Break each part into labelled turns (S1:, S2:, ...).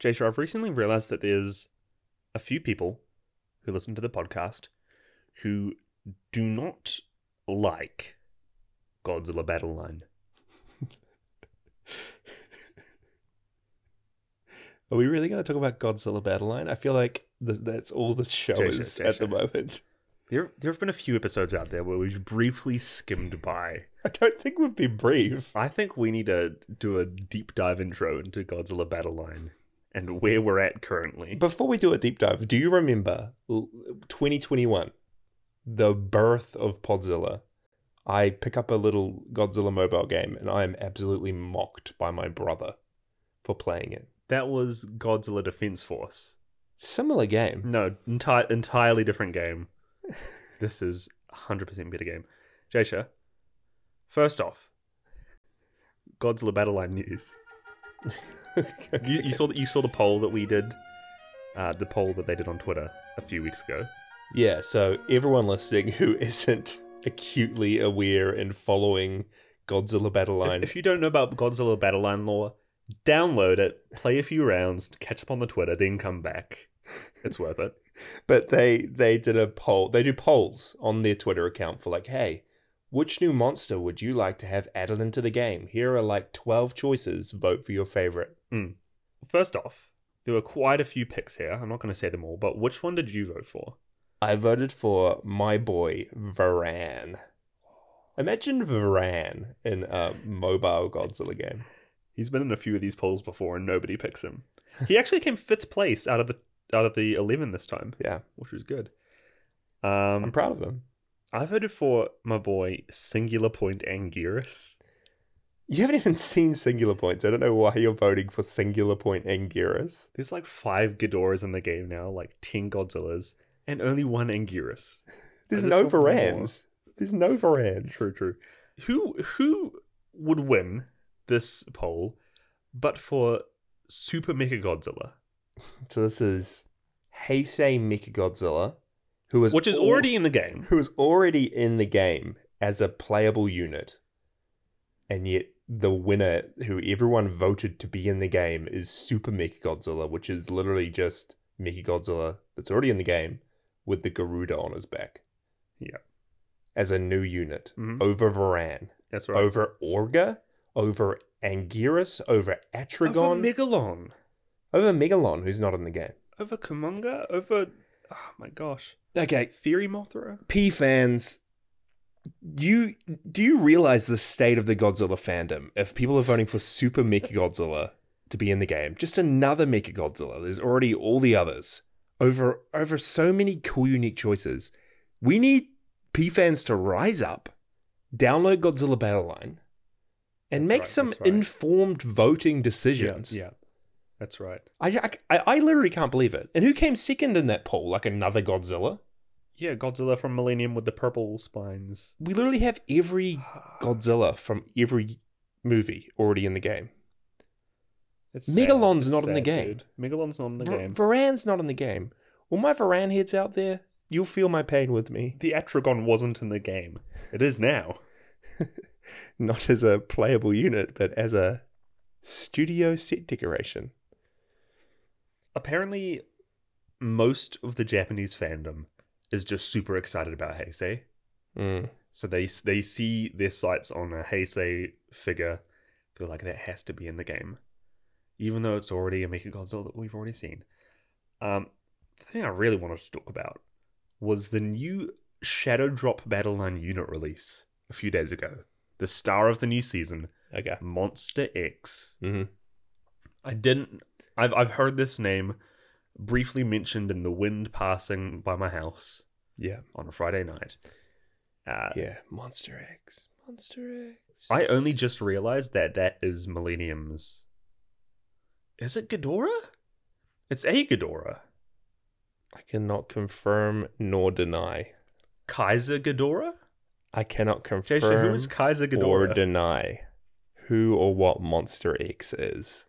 S1: Jaisha, I've recently realized that there's a few people who listen to the podcast who do not like Godzilla Battle Line.
S2: Are we really going to talk about Godzilla Battle Line? I feel like th- that's all the show
S1: Jason,
S2: is at the
S1: Jason.
S2: moment.
S1: There, there have been a few episodes out there where we've briefly skimmed by.
S2: I don't think we've been brief.
S1: I think we need to do a deep dive intro into Godzilla Battle Line and where we're at currently.
S2: Before we do a deep dive, do you remember l- 2021, the birth of Podzilla? I pick up a little Godzilla mobile game and I am absolutely mocked by my brother for playing it.
S1: That was Godzilla Defense Force.
S2: Similar game.
S1: No, enti- entirely different game. this is 100% better game. Jaisha, first off, Godzilla Battle Line news. You, you saw that you saw the poll that we did, uh, the poll that they did on Twitter a few weeks ago.
S2: Yeah, so everyone listening who isn't acutely aware and following Godzilla Battle
S1: If-
S2: Line,
S1: If, you don't know about Godzilla Battle Line lore, download it, play a few rounds, catch up on the Twitter, then come back. It's worth it.
S2: but they they did a poll. They do polls on their Twitter account for like, hey, which new monster would you like to have added into the game? Here are like twelve choices. Vote for your favorite.
S1: First off, there were quite a few picks here. I'm not going to say them all, but which one did you vote for?
S2: I voted for my boy Varan. Imagine Varan in a mobile Godzilla game.
S1: He's been in a few of these polls before, and nobody picks him. He actually came fifth place out of the out of the eleven this time.
S2: Yeah.
S1: which was good. Um,
S2: I'm proud of him.
S1: I voted for my boy Singular Point Anguirus.
S2: You haven't even seen Singular Points. I don't know why you're voting for Singular Point Anguirus.
S1: There's like five Ghidorahs in the game now, like ten Godzillas, and only one Anguirus.
S2: There's
S1: I just
S2: no
S1: want more.
S2: Varans. There's no Varans.
S1: True, true. Who who would win this poll, but for Super Mecha Godzilla,
S2: So this is Heisei Mechagodzilla, who is
S1: which is
S2: al-
S1: already in the game?
S2: who is already in the game as a playable unit, and yet the winner who everyone voted to be in the game is Super Mechagodzilla, which is literally just Mechagodzilla that's already in the game with the Garuda on his back.
S1: Yeah.
S2: As a new unit
S1: Mhm.
S2: over Varan,
S1: That's right.
S2: over Orga, over Anguirus, over Atragon,
S1: over Megalon,
S2: over Megalon, who's not in the game.
S1: over Kumonga, over oh my gosh,
S2: Okay,
S1: Fury Mothra.
S2: P fans, you do you realize the state of the Godzilla fandom? If people are voting for Super Mecha Godzilla to be in the game, just another Mecha Godzilla. There's already all the others over over so many cool, unique choices. We need P fans to rise up, download Godzilla Battle Line, and
S1: That's
S2: make
S1: right,
S2: some
S1: that's right.
S2: informed voting decisions.
S1: Yeah, yeah, that's right.
S2: I, I I literally can't believe it. And who came second in that poll? Like another Godzilla.
S1: Yeah, Godzilla from Millennium with the purple spines.
S2: We literally have every Godzilla from every movie already in the game.
S1: It's
S2: Megalon's not in the game.
S1: dude. Megalon's not in the
S2: Var-
S1: game.
S2: Varan's not in the game. All my Varan heads out there, you'll feel my pain with me.
S1: The Atragon wasn't in the game. It is now.
S2: Not as a playable unit, but as a studio set decoration.
S1: Apparently, most of the Japanese fandom is just super excited about Heisei.
S2: Mm.
S1: So they they see their sights on a Heisei figure. They're like, that has to be in the game, even though it's already a Mechagodzilla that we've already seen. Um, the thing I really wanted to talk about was the new Shadow Drop Battle Line unit release a few days ago. The star of the new season,
S2: Okay.
S1: Monster X.
S2: Mm-hmm.
S1: I didn't. I've I've heard this name briefly mentioned in the wind passing by my house
S2: Yeah.
S1: on a Friday night. Uh,
S2: Yeah. Monster X. Monster X.
S1: I only just realized that that is Millennium's. Is it Ghidorah? It's a Ghidorah.
S2: I cannot confirm nor deny.
S1: Kaiser Ghidorah?
S2: I cannot confirm
S1: Jason, who is Kaiser
S2: or
S1: Ghidorah?
S2: deny who or what Monster X is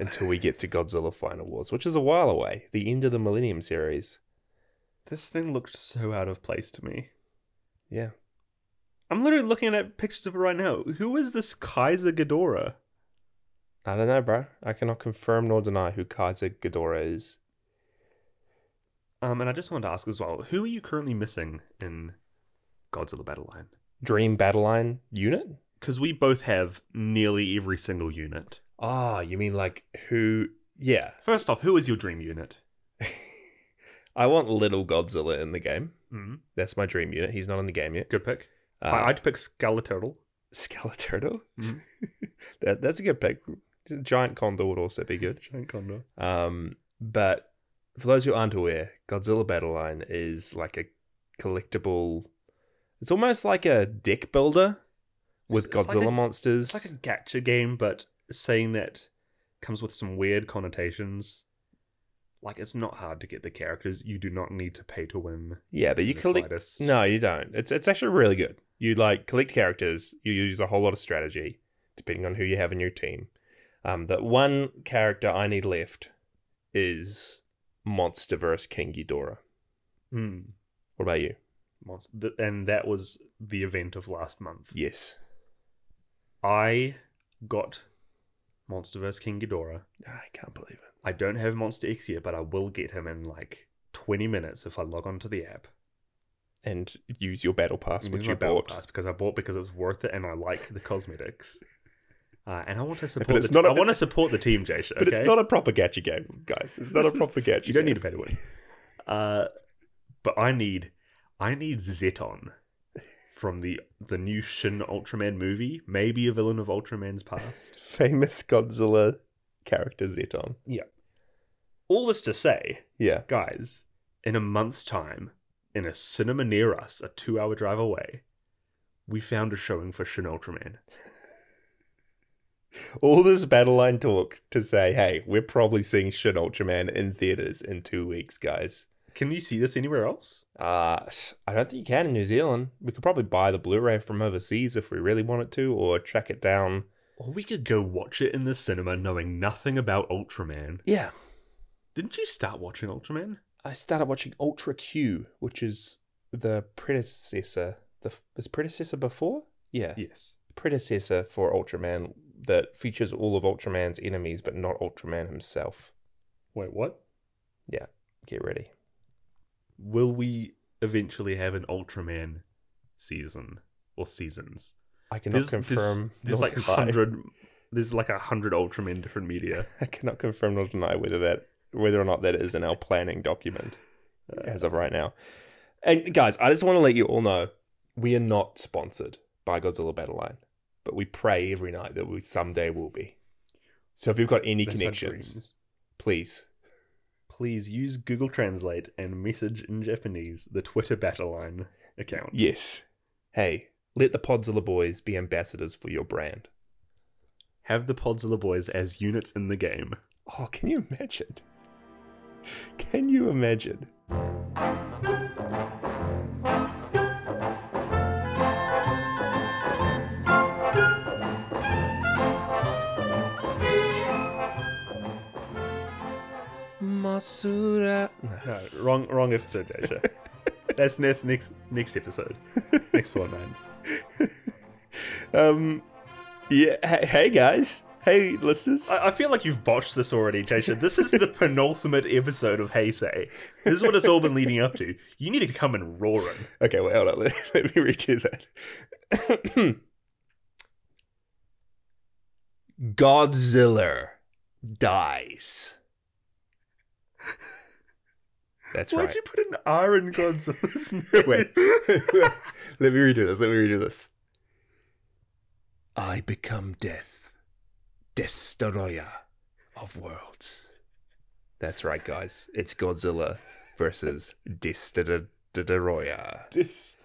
S2: until we get to Godzilla Final Wars, which is a while away, the end of the Millennium series.
S1: this thing looked so out of place to me.
S2: Yeah.
S1: I'm literally looking at pictures of it right now. Who is this Kaiser Ghidorah?
S2: I don't know, bro. I cannot confirm nor deny who Kaiser Ghidorah is.
S1: Um, and I just wanted to ask as well, who are you currently missing in Godzilla Battle Line?
S2: Dream Battleline unit?
S1: Because we both have nearly every single unit.
S2: Ah, you mean like who? Yeah.
S1: First off, who is your dream unit?
S2: I want little Godzilla in the game.
S1: Mm,
S2: That's my dream unit. He's not in the game yet.
S1: good pick.
S2: Uh,
S1: I- I'd pick Skeleturtle.
S2: Skeleturtle.
S1: Mm.
S2: that that's a good pick. Giant Condor would also be good.
S1: Giant Condor.
S2: Um, but for those who aren't aware, Godzilla Battle Line is like a collectible. It's almost like a deck builder with
S1: It's- it's like
S2: Godzilla
S1: a-
S2: monsters.
S1: It's like a gacha game, but saying that comes with some weird connotations. Like, it's not hard to get the characters. You do not need to pay to win.
S2: yeah, but
S1: in
S2: you
S1: the
S2: collect.
S1: slightest.
S2: No, you don't. It's it's actually really good. You like collect characters. You use a whole lot of strategy depending on who you have in your team. Um, that one character I need left is Monsterverse King Ghidorah.
S1: Mm.
S2: What about you?
S1: Monst- th- And that was the event of last month.
S2: Yes.
S1: I got Monsterverse King Ghidorah.
S2: I can't believe it.
S1: I don't have Monster X yet, but I will get him in like 20 minutes if I log onto the app.
S2: And use your battle pass,
S1: I'm
S2: which
S1: using
S2: you
S1: my Battle
S2: bought.
S1: Pass because I bought because it was worth it and I like the cosmetics. Uh, and I want to support.
S2: it's
S1: the
S2: not a-
S1: I want to support the team, Jasha.
S2: But it's
S1: okay?
S2: not a proper gacha game, guys. It's not a proper gacha.
S1: You don't need
S2: game.
S1: to pay to win. Uh, but I need, I need Zeton from the the new Shin Ultraman movie. Maybe a villain of Ultraman's past.
S2: famous Godzilla character Zeton.
S1: All this to say,
S2: Yeah.
S1: guys, in a month's time, in a cinema near us, a two-hour drive away, we found a showing for Shin Ultraman.
S2: All this battle line talk to say, hey, we're probably seeing Shin Ultraman in theaters in two weeks, guys.
S1: Can you see this anywhere else?
S2: Uh, I don't think you can in New Zealand. We could probably buy the Blu-ray from overseas if we really wanted to, or track it down.
S1: Or we could go watch it in the cinema knowing nothing about Ultraman.
S2: Yeah,
S1: Didn't you start watching Ultraman?
S2: I started watching Ultra Q, which is the predecessor. The was predecessor before? Yeah.
S1: Yes.
S2: predecessor for Ultraman that features all of Ultraman's enemies, but not Ultraman himself.
S1: Wait, what?
S2: Get ready.
S1: Will we eventually have an Ultraman season or seasons?
S2: I cannot confirm.
S1: There's, there's
S2: nor
S1: like a
S2: deny-
S1: hundred. There's like a hundred Ultraman different media.
S2: I cannot confirm nor deny whether that whether or not that is in our planning document
S1: Uh,
S2: as of right now. And guys, I just want to let you all know we are not sponsored by Godzilla Battle Line, but we pray every night that we someday will be. So if you've got any
S1: That's our
S2: connections,
S1: dreams.
S2: please.
S1: Please use Google Translate and message in Japanese the Twitter battle line account.
S2: Yes. Hey, let the Podzilla boys be ambassadors for your brand.
S1: Have the Podzilla boys as units in the game.
S2: Oh, can you imagine? Can you imagine? Masura.
S1: No, wrong, wrong episode, Dasha. that's, that's next next episode. Next one, man.
S2: Um. Yeah. Hey, hey, guys. Hey, listeners.
S1: I, I feel like you've botched this already, Jasha. This is the penultimate episode of Heisei. This is what it's all been leading up to. You need to come and roar it.
S2: Okay, wait, hold on. Let, let me redo that. Godzilla dies. That's
S1: Why'd
S2: right.
S1: you put an R in Godzilla's name?
S2: Wait. let me redo this. Let me redo this. I become death, destroyer of worlds. That's right, guys. It's Godzilla versus destroyer.
S1: Jeez.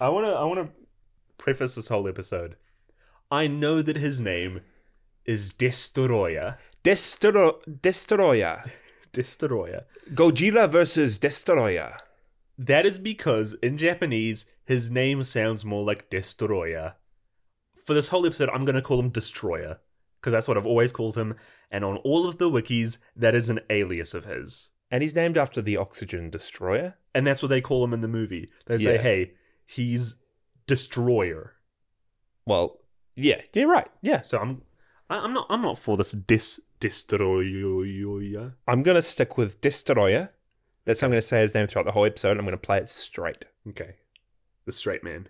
S1: I wanna I wanna preface this whole episode. I know that his name is Destoroya.
S2: Destro- Destroyer.
S1: Destoroya.
S2: Gojira versus Destroyer.
S1: That is because in Japanese his name sounds more like Destoroya. For this whole episode, I'm gonna call him Destroyer. Because that's what I've always called him, and on all of the wikis, that is an alias of his.
S2: And he's named after the Oxygen Destroyer.
S1: And that's what they call him in the movie. They say,
S2: Yeah.
S1: hey, he's Destroyer.
S2: Well, yeah, you're right. Yes.
S1: So I'm I, I'm not. I'm not for this dis destroyer.
S2: I'm gonna stick with Destroyer. That's how I'm gonna say his name throughout the whole episode. I'm gonna play it straight.
S1: Okay, the straight man.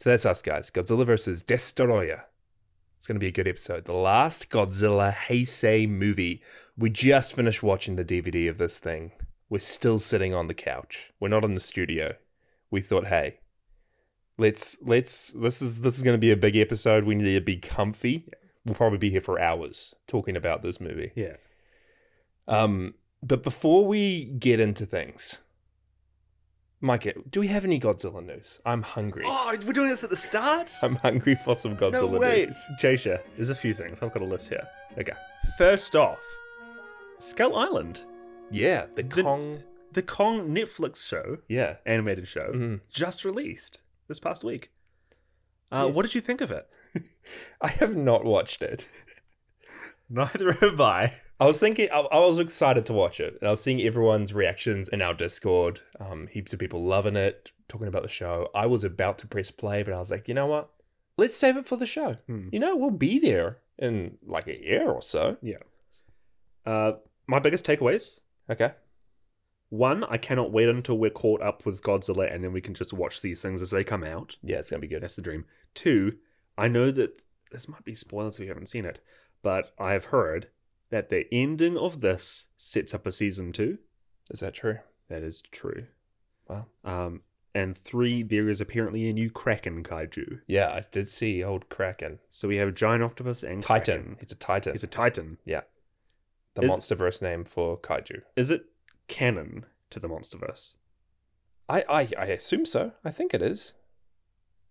S2: So that's us, guys. Godzilla versus Destroyer. It's going to be a good episode. The last Godzilla Heisei movie. We just finished watching the DVD of this thing. We're still sitting on the couch. We're not in the studio. We thought, hey, let's let's this is this is going to be a big episode. We need to be comfy. We'll probably be here for hours talking about this movie.
S1: Yeah.
S2: Um, but before we get into things, Mike, do we have any Godzilla news? I'm hungry.
S1: Oh, we're doing this at the start.
S2: I'm hungry for some Godzilla news.
S1: Jasha, there's a few things. I've got a list here. Okay. First off, Skull Island,
S2: Yeah, the,
S1: The-
S2: Kong.
S1: the Kong Netflix show,
S2: Yeah.
S1: animated show,
S2: Mhm.
S1: just released this past week. Uh, What
S2: Yes.
S1: did you think of it?
S2: I have not watched it.
S1: Neither have I.
S2: I was thinking, I, I was excited to watch it, and I was seeing everyone's reactions in our Discord. Um, heaps of people loving it, talking about the show. I was about to press play, but I was like, you know what? Let's save it for the show.
S1: Hmm.
S2: You know, we'll be there in like a year or so.
S1: Uh, my biggest takeaways:
S2: Okay.
S1: one, I cannot wait until we're caught up with Godzilla, and then we can just watch these things as they come out.
S2: Yeah, it's gonna be good.
S1: That's the dream. Two, I know that this might be spoilers if you haven't seen it, but I have heard that the ending of this sets up a season two.
S2: Is that true?
S1: That is true.
S2: Wow.
S1: Um, and three, there is apparently a new Kraken kaiju.
S2: Yeah, I did see old Kraken
S1: So we have giant octopus and
S2: Titan.
S1: Kraken.
S2: It's a Titan.
S1: It's a Titan.
S2: the
S1: is-
S2: MonsterVerse name for kaiju.
S1: Is it canon to the MonsterVerse?
S2: I, I I assume so. I think it is.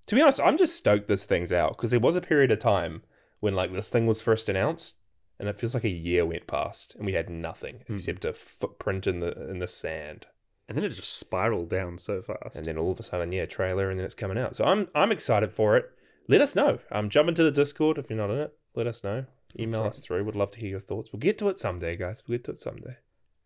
S2: To be honest, I'm just stoked this thing's out because there was a period of time when like this thing was first announced, and it feels like a year went past and we had nothing
S1: Hmm.
S2: except a footprint in the in the sand,
S1: And then it just spiraled down so fast.
S2: and then all of a sudden, yeah, trailer, and then it's coming out. So I'm I'm excited for it. Let us know. Um, jump into the Discord if you're not in it. Let us know. Email
S1: That's
S2: us through. Would love to hear your thoughts. We'll get to it someday, guys. We'll get to it someday.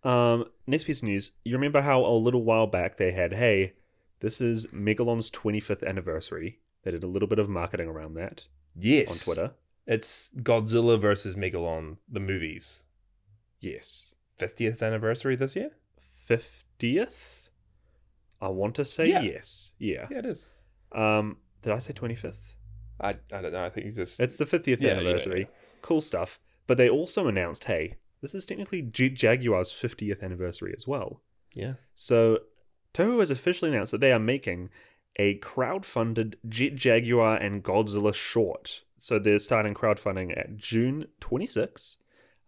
S1: Um, next piece of news. You remember how a little while back they had, hey, this is Megalon's 25th anniversary. They did a little bit of marketing around that on
S2: Yes,
S1: Twitter.
S2: It's Godzilla versus Megalon, the movies.
S1: Yes.
S2: 50th anniversary this year.
S1: 50th? I want to say
S2: Yeah.
S1: yes. Yeah.
S2: Yeah, it is.
S1: Um, did I say 25th?
S2: I, I don't know. I think it's just
S1: It's the 50th
S2: Yeah, yeah,
S1: anniversary.
S2: yeah.
S1: Cool stuff. But they also announced, hey, this is technically J- Jaguar's 50th anniversary as well.
S2: yeah.
S1: So, Toho has officially announced that they are making a crowdfunded Jet Jaguar and Godzilla short. So they're starting crowdfunding at June 26.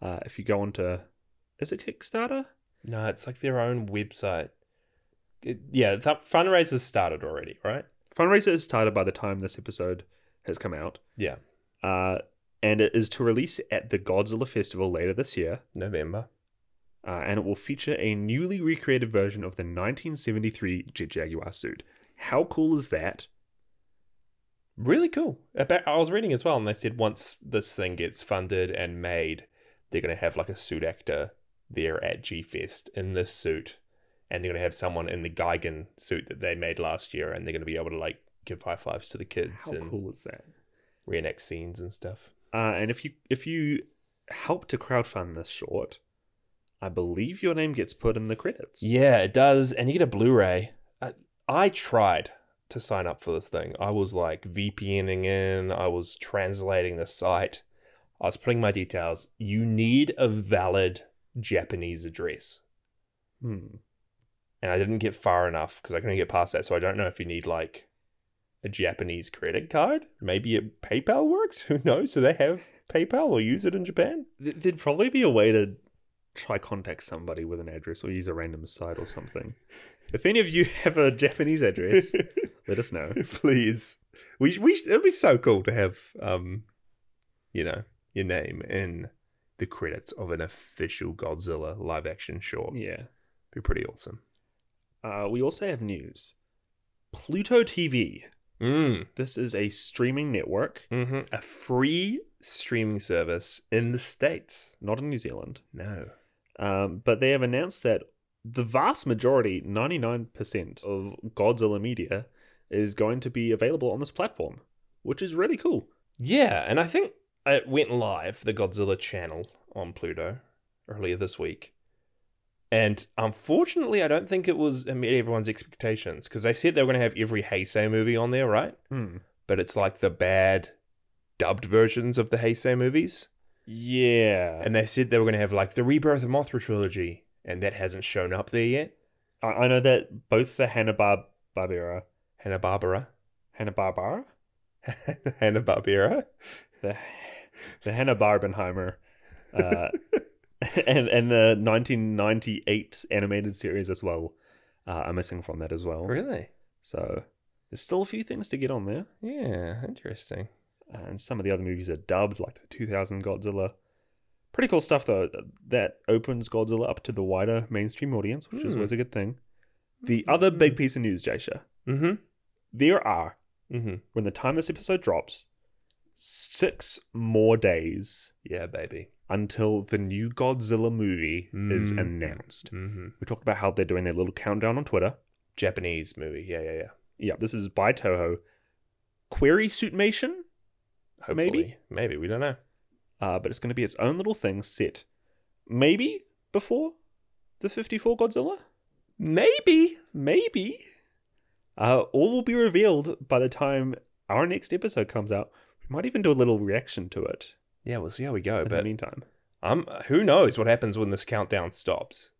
S1: Uh, if you go onto, is it Kickstarter?
S2: No, it's like their own website. It, yeah, th- fundraisers started already, right?
S1: Fundraiser is started by the time this episode has come out,
S2: Yeah,
S1: uh, and it is to release at the Godzilla Festival later this year.
S2: November.
S1: Uh, and it will feature a newly recreated version of the 1973 Jet Jaguar suit. How cool is that?
S2: Really cool. About, I was reading as well, and they said once this thing gets funded and made, they're gonna have like a suit actor there at G Fest in this suit, and they're gonna have someone in the Gigan suit that they made last year, and they're gonna be able to like give high fives to the kids
S1: How
S2: and
S1: cool is that?
S2: reenact scenes and stuff.
S1: Uh, and if you if you help to crowdfund this short, I believe your name gets put in the credits.
S2: Yeah, it does. And you get a Blu-ray. I, I tried to sign up for this thing. I was like VPNing in. I was translating the site. I was putting my details. You need a valid Japanese address,
S1: Hmm.
S2: and I didn't get far enough because I couldn't get past that. So I don't know if you need like a Japanese credit card. Maybe it, PayPal works. Who knows? Do they have PayPal or use it in Japan?
S1: Th- There'd probably be a way to try contact somebody with an address or use a random site or something. if any of you have a Japanese address, let us know.
S2: please. We sh- we sh- it'd be so cool to have um, you know, your name in the credits of an official Godzilla live action short.
S1: Yeah.
S2: Be pretty awesome.
S1: Uh, we also have news. Pluto TV.
S2: Mm.
S1: This is a streaming network,
S2: hmm A free streaming service in the states.
S1: not in New Zealand,
S2: No.
S1: um, but they have announced that the vast majority, 99% of Godzilla media, is going to be available on this platform, which is really cool.
S2: Yeah, and I think it went live the Godzilla channel on Pluto earlier this week. And unfortunately, I don't think it was it met everyone's expectations because they said they were going to have every Heisei movie on there, right?
S1: Hmm.
S2: But it's like the bad dubbed versions of the Heisei movies.
S1: Yeah.
S2: And they said they were going to have like the Rebirth of Mothra trilogy, and that hasn't shown up there yet.
S1: I, I know that both the Hanna Barbera,
S2: Hanna Barbera,
S1: Hanna Barbera,
S2: Hanna Barbera.
S1: the the Hanna Barbenheimer, uh, and and the 1998 animated series as well. Uh, are missing from that as well.
S2: Really?
S1: So there's still a few things to get on there,
S2: Yeah, interesting.
S1: Uh, and some of the other movies are dubbed, like the 2000 Godzilla. Pretty cool stuff though. That opens Godzilla up to the wider mainstream audience, which is
S2: Hmm.
S1: always a good thing. The other big piece of news, Jasha,
S2: Mm-hmm.
S1: there are
S2: Mm-hmm.
S1: when the time this episode drops, six more days
S2: Yeah, baby.
S1: until the new Godzilla movie is
S2: Mm.
S1: announced.
S2: Mm-hmm.
S1: We talked about how they're doing their little countdown on Twitter.
S2: Japanese movie. Yeah, yeah, yeah.
S1: Yeah, this is by Toho. Query Suitmation,
S2: Hopefully.
S1: Maybe.
S2: Maybe. Maybe. We don't know.
S1: uh, but it's going to be its own little thing set maybe before the 54 Godzilla?
S2: Maybe.
S1: Maybe. Uh, all will be revealed by the time our next episode comes out. We might even do a little reaction to it
S2: Yeah, we'll see how we go.
S1: in the
S2: But
S1: meantime.
S2: um, who knows what happens when this countdown stops?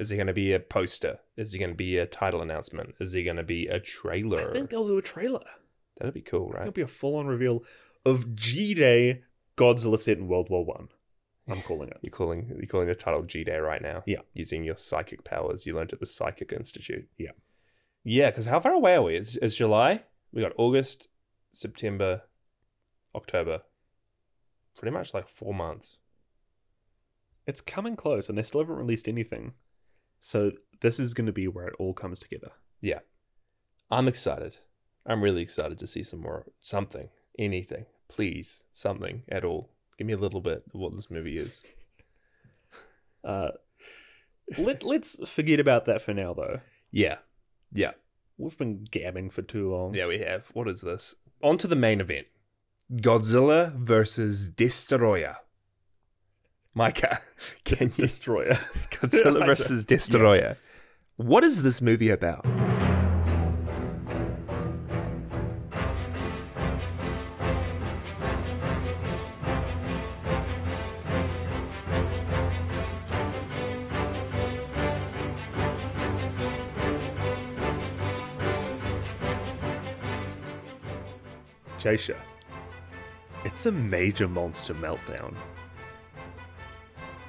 S2: Is there going to be a poster? Is there going to be a title announcement? Is there going to be a trailer?
S1: I think they'll do a trailer.
S2: That'd be cool, right?
S1: It'll be a full-on reveal of G-Day Godzilla set in World War One. I'm calling it.
S2: You're calling you're calling the title G Day right now.
S1: Yeah.
S2: Using your psychic powers you learned at the Psychic Institute.
S1: Yeah.
S2: Yeah, because how far away are we? It's, it's July. We got August, September, October. Pretty much like four months.
S1: It's coming close, and they still haven't released anything. So this is going to be where it all comes together.
S2: I'm excited. I'm really excited to see some more something, anything, please, something at all. Give me a little bit of what this movie is.
S1: Uh, let let's forget about that for now, though.
S2: Yeah, yeah,
S1: We've been gabbing for too long.
S2: yeah. We have. What is this? On to the main event: Godzilla versus Destoroyah. Micah, can you
S1: Destroyer.
S2: Godzilla
S1: I
S2: versus Destoroyah? What is this movie about?
S1: Jasha. It's a major monster meltdown.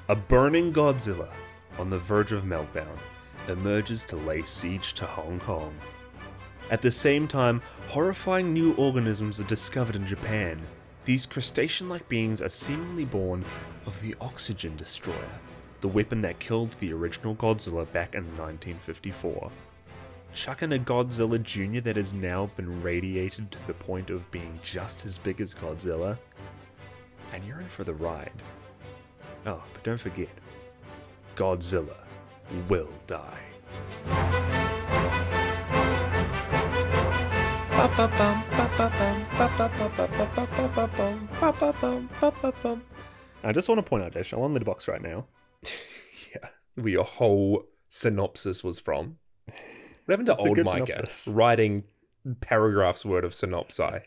S1: A burning Godzilla on the verge of meltdown emerges to lay siege to Hong Kong. At the same time, horrifying new organisms are discovered in Japan. These crustacean like beings are seemingly born of the Oxygen Destroyer, the weapon that killed the original Godzilla back in 1954. Chucking a Godzilla Jr. that has now been radiated to the point of being just as big as Godzilla, and you're in for the ride. Oh, but don't forget, Godzilla will die. I just want to point out, Dish, I'm on box right now.
S2: where your whole synopsis was from. What happened to
S1: It's a
S2: old
S1: good
S2: Micah
S1: synopsis.
S2: writing paragraphs word of synopsi?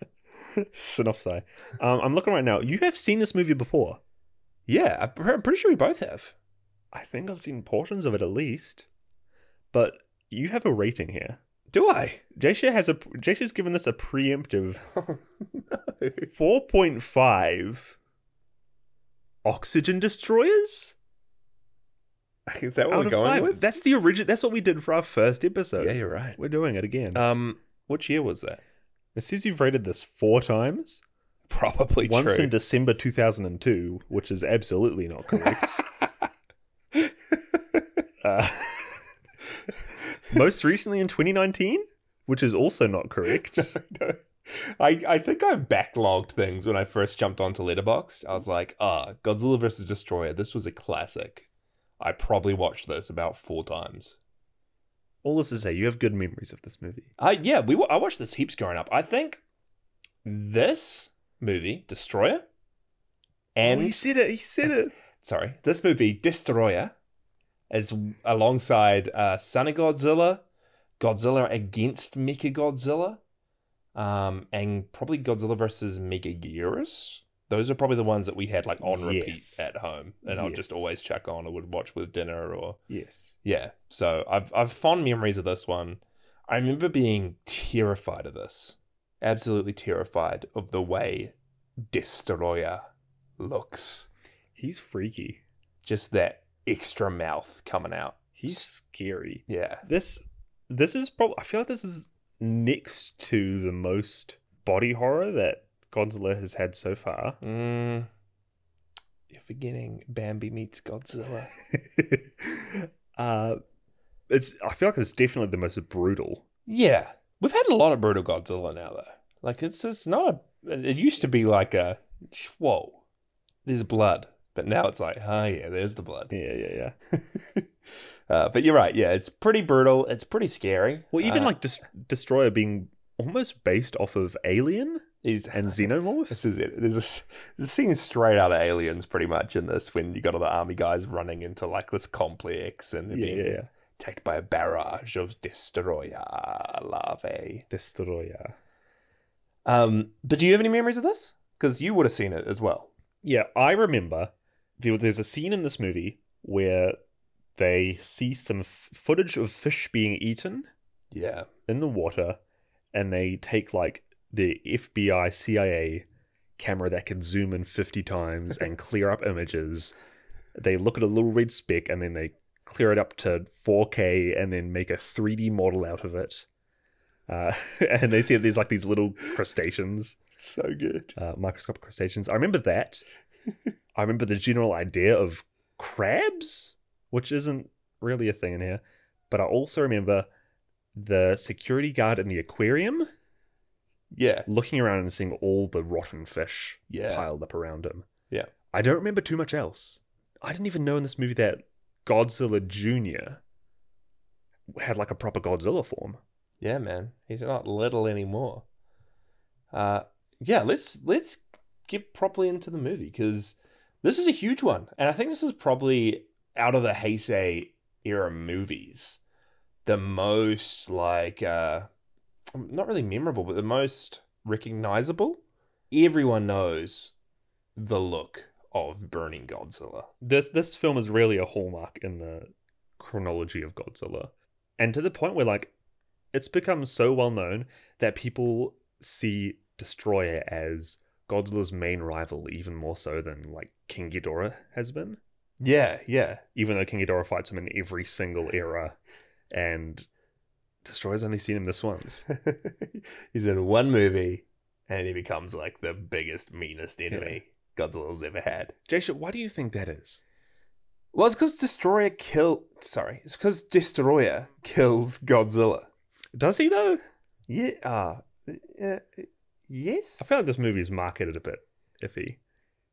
S1: Synopsis. Um, I'm looking right now. You have seen this movie before.
S2: yeah, I'm pre- I'm pretty sure we both have.
S1: I think I've seen portions of it at least. But you have a rating here.
S2: Do I?
S1: Jasha has a Jasha's given this a preemptive
S2: Oh, no.
S1: 4.5 oxygen destroyers
S2: Is that what
S1: out
S2: we're
S1: of
S2: going
S1: five.
S2: with?
S1: That's the origin that's what we did for our first episode.
S2: yeah, you're right.
S1: We're doing it again.
S2: Um, what year was that?
S1: it says you've rated this four times.
S2: Probably
S1: Once
S2: true.
S1: in December 2002, which is absolutely not correct. uh, most recently in 2019, which is also not correct.
S2: No. I, I think I backlogged things when I first jumped onto Letterboxd. I was like, ah, Godzilla vs. Destroyer, this was a classic. I probably watched this about four times.
S1: All this to say, you have good memories of this movie.
S2: I yeah, we wa- I watched this heaps growing up. I think this movie, Destroyer,
S1: And
S2: And
S1: Oh, he said it. He said it.
S2: sorry, this movie Destroyer is alongside uh, Son of Godzilla, Godzilla against Mecha Godzilla, um, and probably Godzilla versus Megaguirus. Those are probably the ones that we had like on repeat
S1: Yes.
S2: at home, and I'll just
S1: Yes.
S2: always chuck on. I would watch with dinner or
S1: Yes.
S2: yeah. So I've I've fond memories of this one. I remember being terrified of this, absolutely terrified of the way Destroyer looks
S1: He's freaky.
S2: just that extra mouth coming out.
S1: He's scary.
S2: Yeah.
S1: This this is probably I feel like this is next to the most body horror that Godzilla has had so far.
S2: Mm. You're forgetting Bambi meets Godzilla.
S1: uh it's I feel like it's definitely the most brutal.
S2: yeah. We've had a lot of brutal Godzilla now though. Like it's it's not a it used to be like a whoa, there's blood. But now it's like, oh yeah, there's the blood.
S1: Yeah, yeah, yeah.
S2: Uh, but you're right, yeah, it's pretty brutal, it's pretty scary.
S1: Well, even
S2: Uh,
S1: like Des- Destroyer being almost based off of Alien
S2: is
S1: and Xenomorph.
S2: This is it. There's a, s- there's a scene straight out of Aliens, pretty much, in this when you got all the army guys running into like this complex and they're
S1: yeah,
S2: being
S1: yeah, yeah.
S2: attacked by a barrage of destroyer larvae.
S1: Destroyer.
S2: Um, but do you have any memories of this? Because you would have seen it as well.
S1: Yeah, I remember there, there's a scene in this movie where they see some f- footage of fish being eaten
S2: Yeah.
S1: in the water, and they take like the FBI, CIA camera that can zoom in 50 times and clear up images. They look at a little red speck and then they clear it up to 4K and then make a 3D model out of it. Uh, and they see there's like these little crustaceans
S2: So good.
S1: uh, microscopic crustaceans. I remember that. I remember the general idea of crabs, which isn't really a thing in here. But I also remember the security guard in the aquarium
S2: Yeah.
S1: looking around and seeing all the rotten fish
S2: Yeah.
S1: piled up around him.
S2: Yeah.
S1: I don't remember too much else. I didn't even know in this movie that Godzilla Jr. had like a proper Godzilla form.
S2: Yeah, man. He's not little anymore. Uh, yeah. Let's let's get properly into the movie because this is a huge one, and I think this is probably out of the Heisei era movies the most like uh, not really memorable, but the most recognizable. Everyone knows the look of Burning Godzilla.
S1: this this film is really a hallmark in the chronology of Godzilla, and to the point where like it's become so well known that people see Destroyer as Godzilla's main rival, even more so than like King Ghidorah has been.
S2: Yeah, yeah,
S1: Even though King Ghidorah fights him in every single era, and Destroyer's only seen him this once.
S2: He's in one movie and he becomes like the biggest, meanest enemy Godzilla's ever had.
S1: Jasha, why do you think that is?
S2: Well, it's because Destroyer kill. Sorry, it's because Destroyer kills Godzilla.
S1: Does he though?
S2: Yeah. Uh, uh, yes.
S1: I feel like this movie is marketed a bit iffy,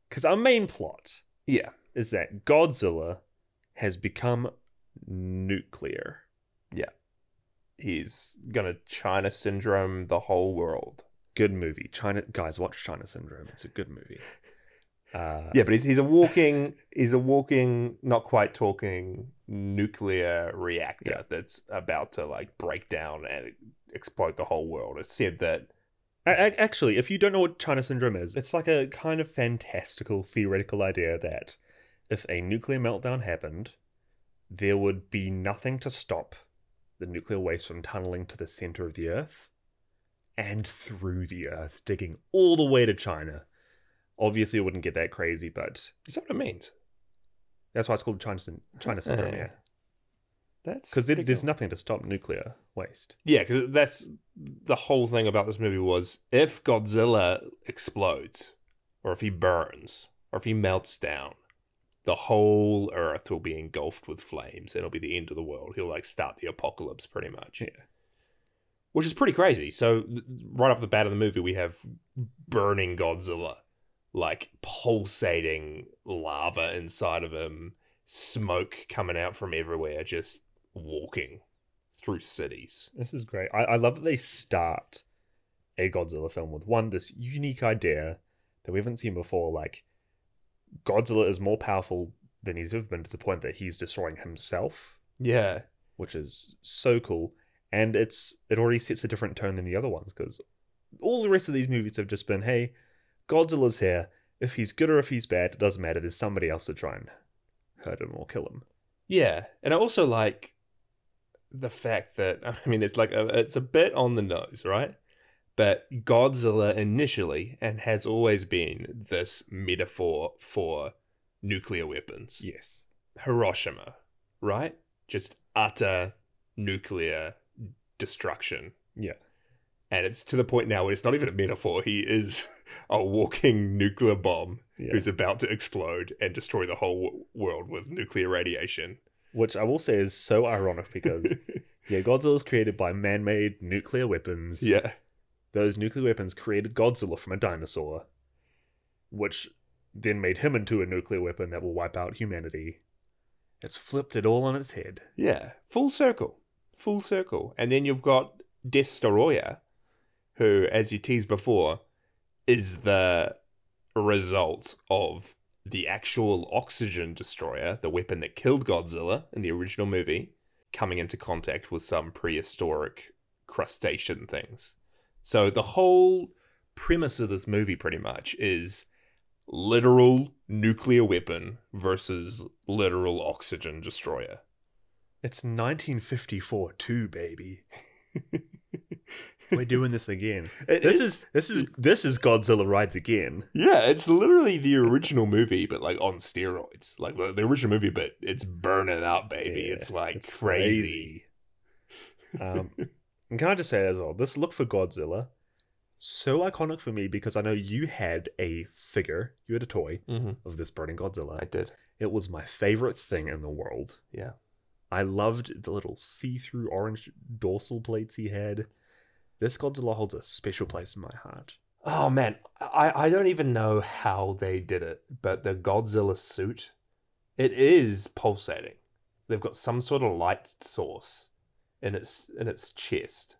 S1: because our main plot
S2: yeah.
S1: is that Godzilla has become nuclear.
S2: He's gonna China syndrome the whole world.
S1: Good movie. China guys, watch China Syndrome. It's a good movie. Uh,
S2: Yeah, but he's he's a walking he's a walking, not quite talking nuclear reactor
S1: Yeah.
S2: that's about to like break down and explode the whole world. It said that
S1: a- a- actually, if you don't know what China Syndrome is, it's like a kind of fantastical theoretical idea that if a nuclear meltdown happened, there would be nothing to stop the nuclear waste from tunneling to the center of the Earth and through the Earth, digging all the way to China. Obviously, it wouldn't get that crazy, but
S2: is that what it means?
S1: That's why it's called China, syn- China syndrome, yeah.
S2: That's
S1: Because
S2: pretty
S1: there's
S2: cool.
S1: nothing to stop nuclear waste.
S2: yeah, because that's the whole thing about this movie was if Godzilla explodes, or if he burns, or if he melts down, the whole Earth will be engulfed with flames. It'll be the end of the world. He'll like start the apocalypse, pretty much.
S1: Yeah.
S2: which is pretty crazy. So th- right off the bat of the movie, we have burning Godzilla, like pulsating lava inside of him, smoke coming out from everywhere, just walking through cities.
S1: This is great. I, I love that they start a Godzilla film with one, this unique idea that we haven't seen before. Like, Godzilla is more powerful than he's ever been to the point that he's destroying himself,
S2: Yeah.
S1: which is so cool. And it's it already sets a different tone than the other ones because all the rest of these movies have just been, hey, Godzilla's here. If he's good or if he's bad, it doesn't matter. There's somebody else to try and hurt him or kill him.
S2: Yeah, and I also like the fact that I mean it's like a, it's a bit on the nose, right? But Godzilla initially and has always been this metaphor for nuclear weapons.
S1: Yes.
S2: Hiroshima, right? Just utter nuclear destruction.
S1: Yeah.
S2: And it's to the point now where it's not even a metaphor. He is a walking nuclear bomb
S1: Yeah.
S2: who's about to explode and destroy the whole w- world with nuclear radiation.
S1: Which I will say is so ironic because yeah, Godzilla's created by man-made nuclear weapons.
S2: yeah.
S1: those nuclear weapons created Godzilla from a dinosaur, which then made him into a nuclear weapon that will wipe out humanity. It's flipped it all on its head.
S2: Yeah, full circle, full circle, and then you've got Destoroyah, who, as you teased before, is the result of the actual oxygen destroyer, the weapon that killed Godzilla in the original movie, coming into contact with some prehistoric crustacean things. So the whole premise of this movie, pretty much, is literal nuclear weapon versus literal oxygen destroyer.
S1: It's 1954 too, baby. We're doing this again.
S2: It
S1: This is this is this is Godzilla rides again.
S2: yeah, it's literally the original movie, but like on steroids. Like the, the original movie, but it's burning out, baby.
S1: Yeah,
S2: it's like
S1: it's
S2: crazy.
S1: crazy. Um, and can I just say as well, this look for Godzilla, so iconic for me because I know you had a figure, you had a toy
S2: Mm-hmm.
S1: of this burning Godzilla.
S2: I did.
S1: It was my favorite thing in the world.
S2: Yeah.
S1: I loved the little see through orange dorsal plates he had. This Godzilla holds a special place in my heart.
S2: Oh man, I I don't even know how they did it, but the Godzilla suit, it is pulsating. They've got some sort of light source in its in its chest,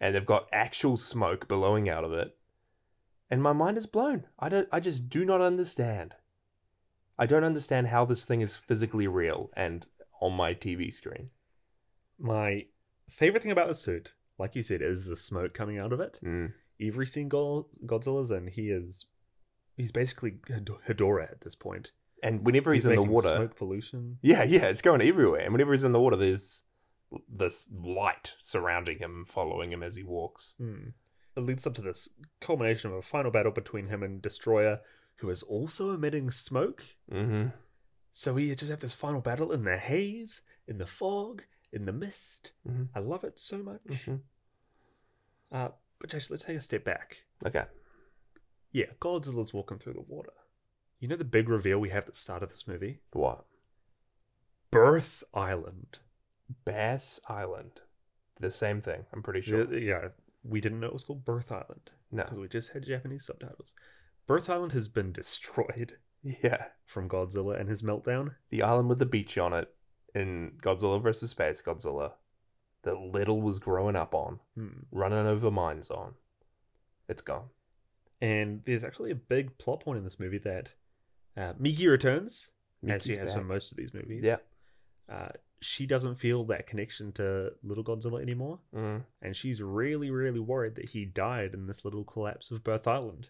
S2: and they've got actual smoke billowing out of it. And my mind is blown. I don't. I just do not understand. I don't understand how this thing is physically real and on my TV screen.
S1: My favorite thing about the suit, like you said, is the smoke coming out of it.
S2: Mm.
S1: Every single Godzilla's in, he is. He's basically Hid- Hedorah at this point.
S2: And whenever he's, in the
S1: making
S2: water,
S1: Smoke pollution.
S2: Yeah, yeah, it's going everywhere. And whenever he's in the water, there's this light surrounding him, following him as he walks.
S1: Hmm. It leads up to this culmination of a final battle between him and Destroyer, who is also emitting smoke.
S2: Mm-hmm.
S1: So we just have this final battle in the haze, in the fog, in the mist.
S2: Mhm.
S1: I love it so much.
S2: Mm-hmm.
S1: Uh, but Jason, let's take a step back.
S2: Okay.
S1: Yeah, Godzilla's walking through the water. You know the big reveal we have at the start of this movie?
S2: What?
S1: Birth Island.
S2: Bass Island. The same thing, I'm pretty sure.
S1: Yeah, yeah, we didn't know it was called Birth Island because
S2: No.
S1: we just had Japanese subtitles. Birth Island has been destroyed
S2: Yeah.
S1: from Godzilla and his meltdown.
S2: The island with the beach on it in Godzilla vs. Space Godzilla that Little was growing up on,
S1: Hmm.
S2: running over mines on. It's gone.
S1: And there's actually a big plot point in this movie that uh, Miki returns, as she
S2: Mickey's
S1: has for
S2: back.
S1: most of these movies.
S2: Yeah.
S1: uh, she doesn't feel that connection to little Godzilla anymore,
S2: Mm.
S1: and she's really, really worried that he died in this little collapse of Birth Island.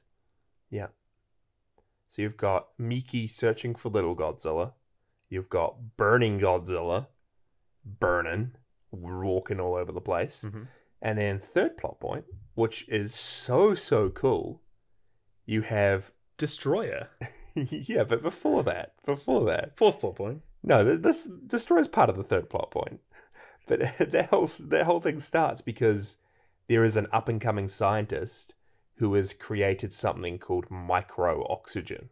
S2: So you've got Miki searching for little Godzilla. You've got burning Godzilla, burning, walking all over the place.
S1: Mhm.
S2: And then third plot point, which is so so cool, you have
S1: Destroyer.
S2: yeah, but before that, before that,
S1: Fourth plot point.
S2: no, th- this destroys part of the third plot point. But that whole that whole thing starts because there is an up and coming scientist who has created something called micro oxygen,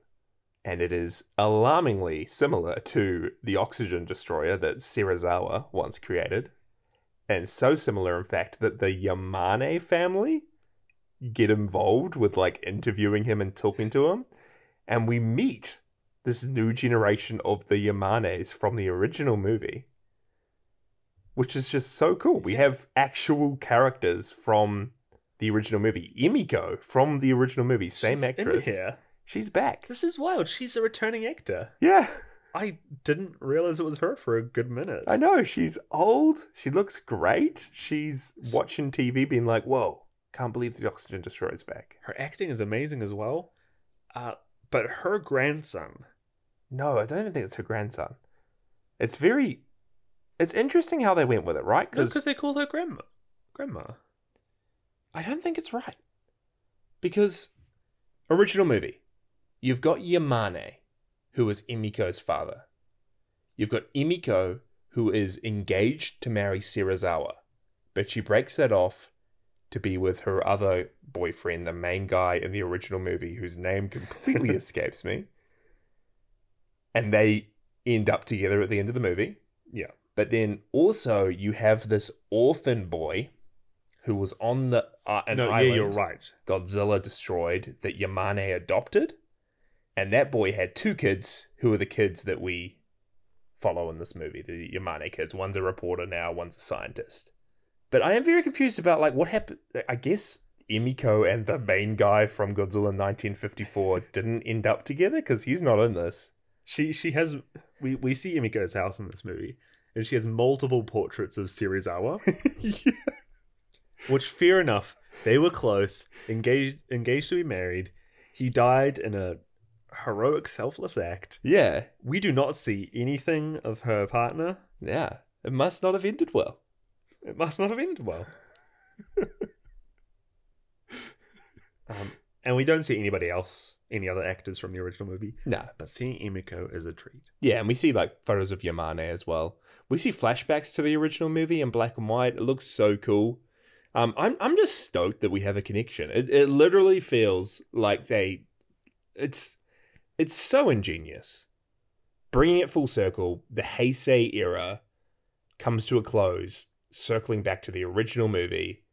S2: and it is alarmingly similar to the oxygen destroyer that Serizawa once created, and so similar in fact that the Yamane family get involved with like interviewing him and talking to him, and we meet this new generation of the Yamanes from the original movie, which is just so cool. We have actual characters from the original movie. Emiko from the original movie, same
S1: She's in
S2: actress.
S1: here.
S2: She's back.
S1: This is wild. She's a returning actor.
S2: Yeah,
S1: I didn't realize it was her for a good minute.
S2: I know. She's old. She looks great. She's watching TV, being like, "Whoa, can't believe the Oxygen Destroyer's back."
S1: Her acting is amazing as well. Uh, but her grandson,
S2: No, I don't even think it's her grandson. It's very. It's interesting how they went with it, right?
S1: because
S2: Because
S1: they call her grandma. Grandma.
S2: I don't think it's right. Because original movie, you've got Yamane, who is Emiko's father. You've got Emiko, who is engaged to marry Sirazawa, but she breaks that off to be with her other boyfriend, the main guy in the original movie, whose name completely escapes me. And they end up together at the end of the movie.
S1: Yeah.
S2: But then also you have this orphan boy who was on the uh, an
S1: no,
S2: island
S1: yeah, you're right.
S2: Godzilla destroyed that Yamane adopted. And that boy had two kids who are the kids that we follow in this movie, the Yamane kids. One's a reporter now, one's a scientist. But I am very confused about like what happened I guess Emiko and the main guy from Godzilla 1954 didn't end up together because he's not in this.
S1: She she has we, we see Emiko's house in this movie, and she has multiple portraits of Serizawa, which fair enough, they were close, engaged engaged to be married. He died in a heroic selfless act.
S2: yeah.
S1: We do not see anything of her partner.
S2: Yeah. It must not have ended well.
S1: It must not have ended well. um, and we don't see anybody else, any other actors from the original movie,
S2: No.
S1: but seeing Emiko is a treat.
S2: Yeah, and we see like photos of Yamane as well. We see flashbacks to the original movie in black and white. It looks so cool. Um, I'm I'm just stoked that we have a connection. It it literally feels like they, it's it's so ingenious, bringing it full circle. The Heisei era comes to a close, circling back to the original movie,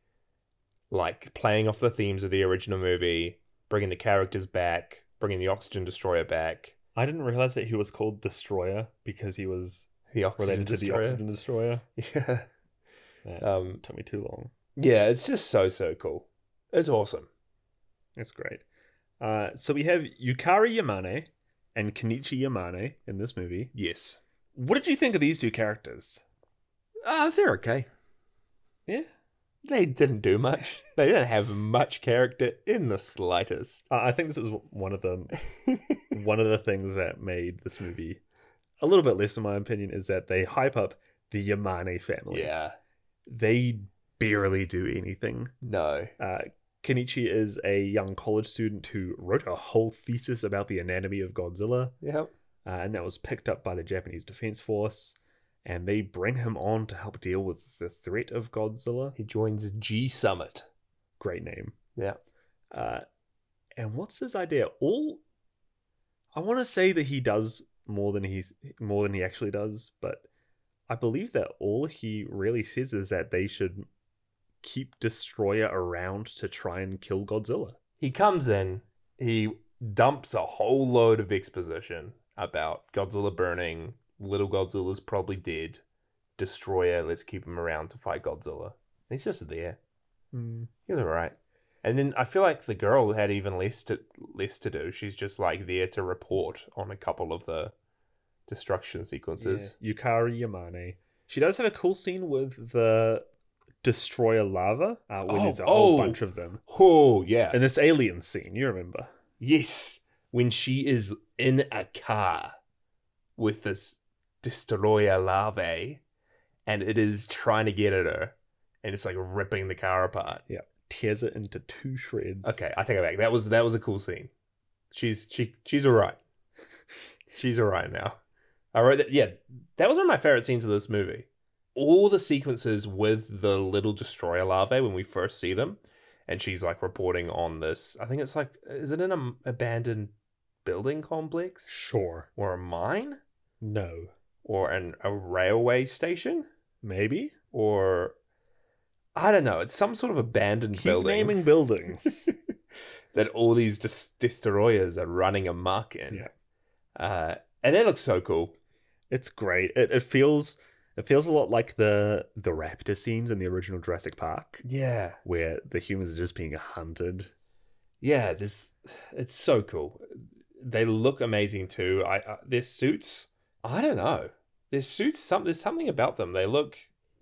S2: like playing off the themes of the original movie, bringing the characters back, bringing the Oxygen Destroyer back.
S1: I didn't realize that he was called Destroyer because he was
S2: The Oxygen
S1: related to the
S2: Destroyer.
S1: Oxygen Destroyer.
S2: Yeah.
S1: That
S2: Um,
S1: took me too long.
S2: yeah, it's just so so cool. It's awesome.
S1: That's great. Uh, so we have Yukari Yamane and Kenichi Yamane in this movie.
S2: Yes.
S1: What did you think of these two characters?
S2: Uh, they're okay.
S1: Yeah.
S2: They didn't do much. They didn't have much character in the slightest.
S1: Uh, I think this is one of the one of the things that made this movie a little bit less, in my opinion, is that they hype up the Yamane family.
S2: yeah.
S1: They barely do anything.
S2: No.
S1: Uh, Kenichi is a young college student who wrote a whole thesis about the anatomy of Godzilla.
S2: Yep.
S1: uh, and that was picked up by the Japanese Defense Force, and they bring him on to help deal with the threat of Godzilla.
S2: He joins G Summit.
S1: Great name.
S2: Yeah.
S1: Uh, and what's his idea? All I want to say that he does more than he's more than he actually does, but I believe that all he really says is that they should keep Destroyer around to try and kill Godzilla.
S2: He comes in. He dumps a whole load of exposition about Godzilla burning. Little Godzilla's probably dead. Destroyer. Let's keep him around to fight Godzilla. He's just there. He was alright. And then I feel like the girl had even less to less to do. She's just like there to report on a couple of the destruction sequences.
S1: Yeah. Yukari Yamane. She does have a cool scene with the destroyer lava, uh, when
S2: Oh,
S1: there's a whole
S2: oh.
S1: bunch of them.
S2: Oh yeah.
S1: And this alien scene, you remember?
S2: yes. When she is in a car with this destroyer larvae and it is trying to get at her and it's like ripping the car apart.
S1: Tears it into two shreds.
S2: Okay, I take it back. That was that was a cool scene. She's she she's alright. She's alright now. I wrote that yeah, that was one of my favorite scenes of this movie. All the sequences with the little destroyer larvae when we first see them, and she's like reporting on this. I think it's like is it in an abandoned building complex
S1: Sure.
S2: or a mine
S1: No.
S2: or an a railway station
S1: Maybe?
S2: or I don't know. It's some sort of abandoned
S1: Keep
S2: building
S1: naming buildings.
S2: that all these dis- destroyers are running amok in. Uh, and that looks so cool.
S1: it's great. It, it feels it feels a lot like the the raptor scenes in the original Jurassic Park,
S2: Yeah.
S1: where the humans are just being hunted
S2: yeah, this it's so cool. They look amazing too. I uh, their suits. I don't know. Their suits. Some there's something about them. They look.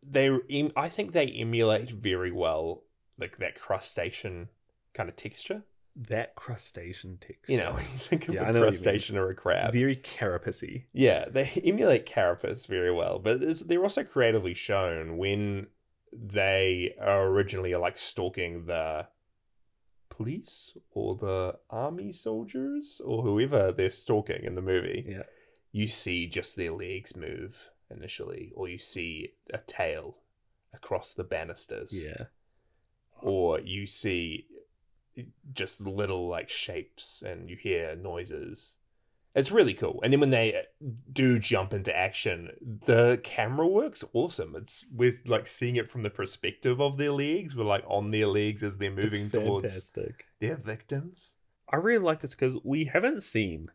S2: They. Em, I think they emulate very well, like that crustacean kind of texture.
S1: That crustacean texture.
S2: You know, when you think of
S1: Yeah, I
S2: a
S1: know what you mean.
S2: crustacean or a crab.
S1: very carapacy.
S2: Yeah, they emulate Carapace very well, but it's, they're also creatively shown when they are originally like stalking the police or the army soldiers or whoever they're stalking in the movie.
S1: Yeah.
S2: You see just their legs move initially, or you see a tail across the banisters,
S1: Yeah.
S2: or you see just little like shapes and you hear noises. It's really cool. And then when they do jump into action, the camera works awesome. It's we're like seeing it from the perspective of their legs. We're like on their legs as they're moving
S1: It's
S2: towards
S1: fantastic.
S2: their victims.
S1: I really like this because we haven't seen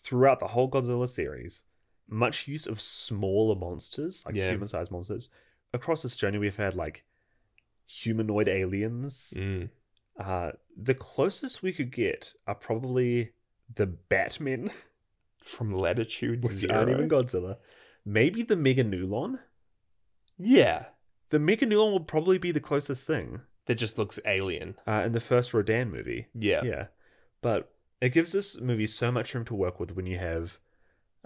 S1: throughout the whole Godzilla series much use of smaller monsters, like
S2: Yeah.
S1: human sized monsters. Across this journey, we've had like humanoid aliens. Uh, the closest we could get are probably the Batmen,
S2: From latitude
S1: which
S2: zero.
S1: aren't even Godzilla. Maybe the Mega Nulon.
S2: yeah,
S1: The Mega Nulon would probably be the closest thing
S2: that just looks alien.
S1: uh, in the first Rodan movie.
S2: Yeah,
S1: yeah but it gives this movie so much room to work with when you have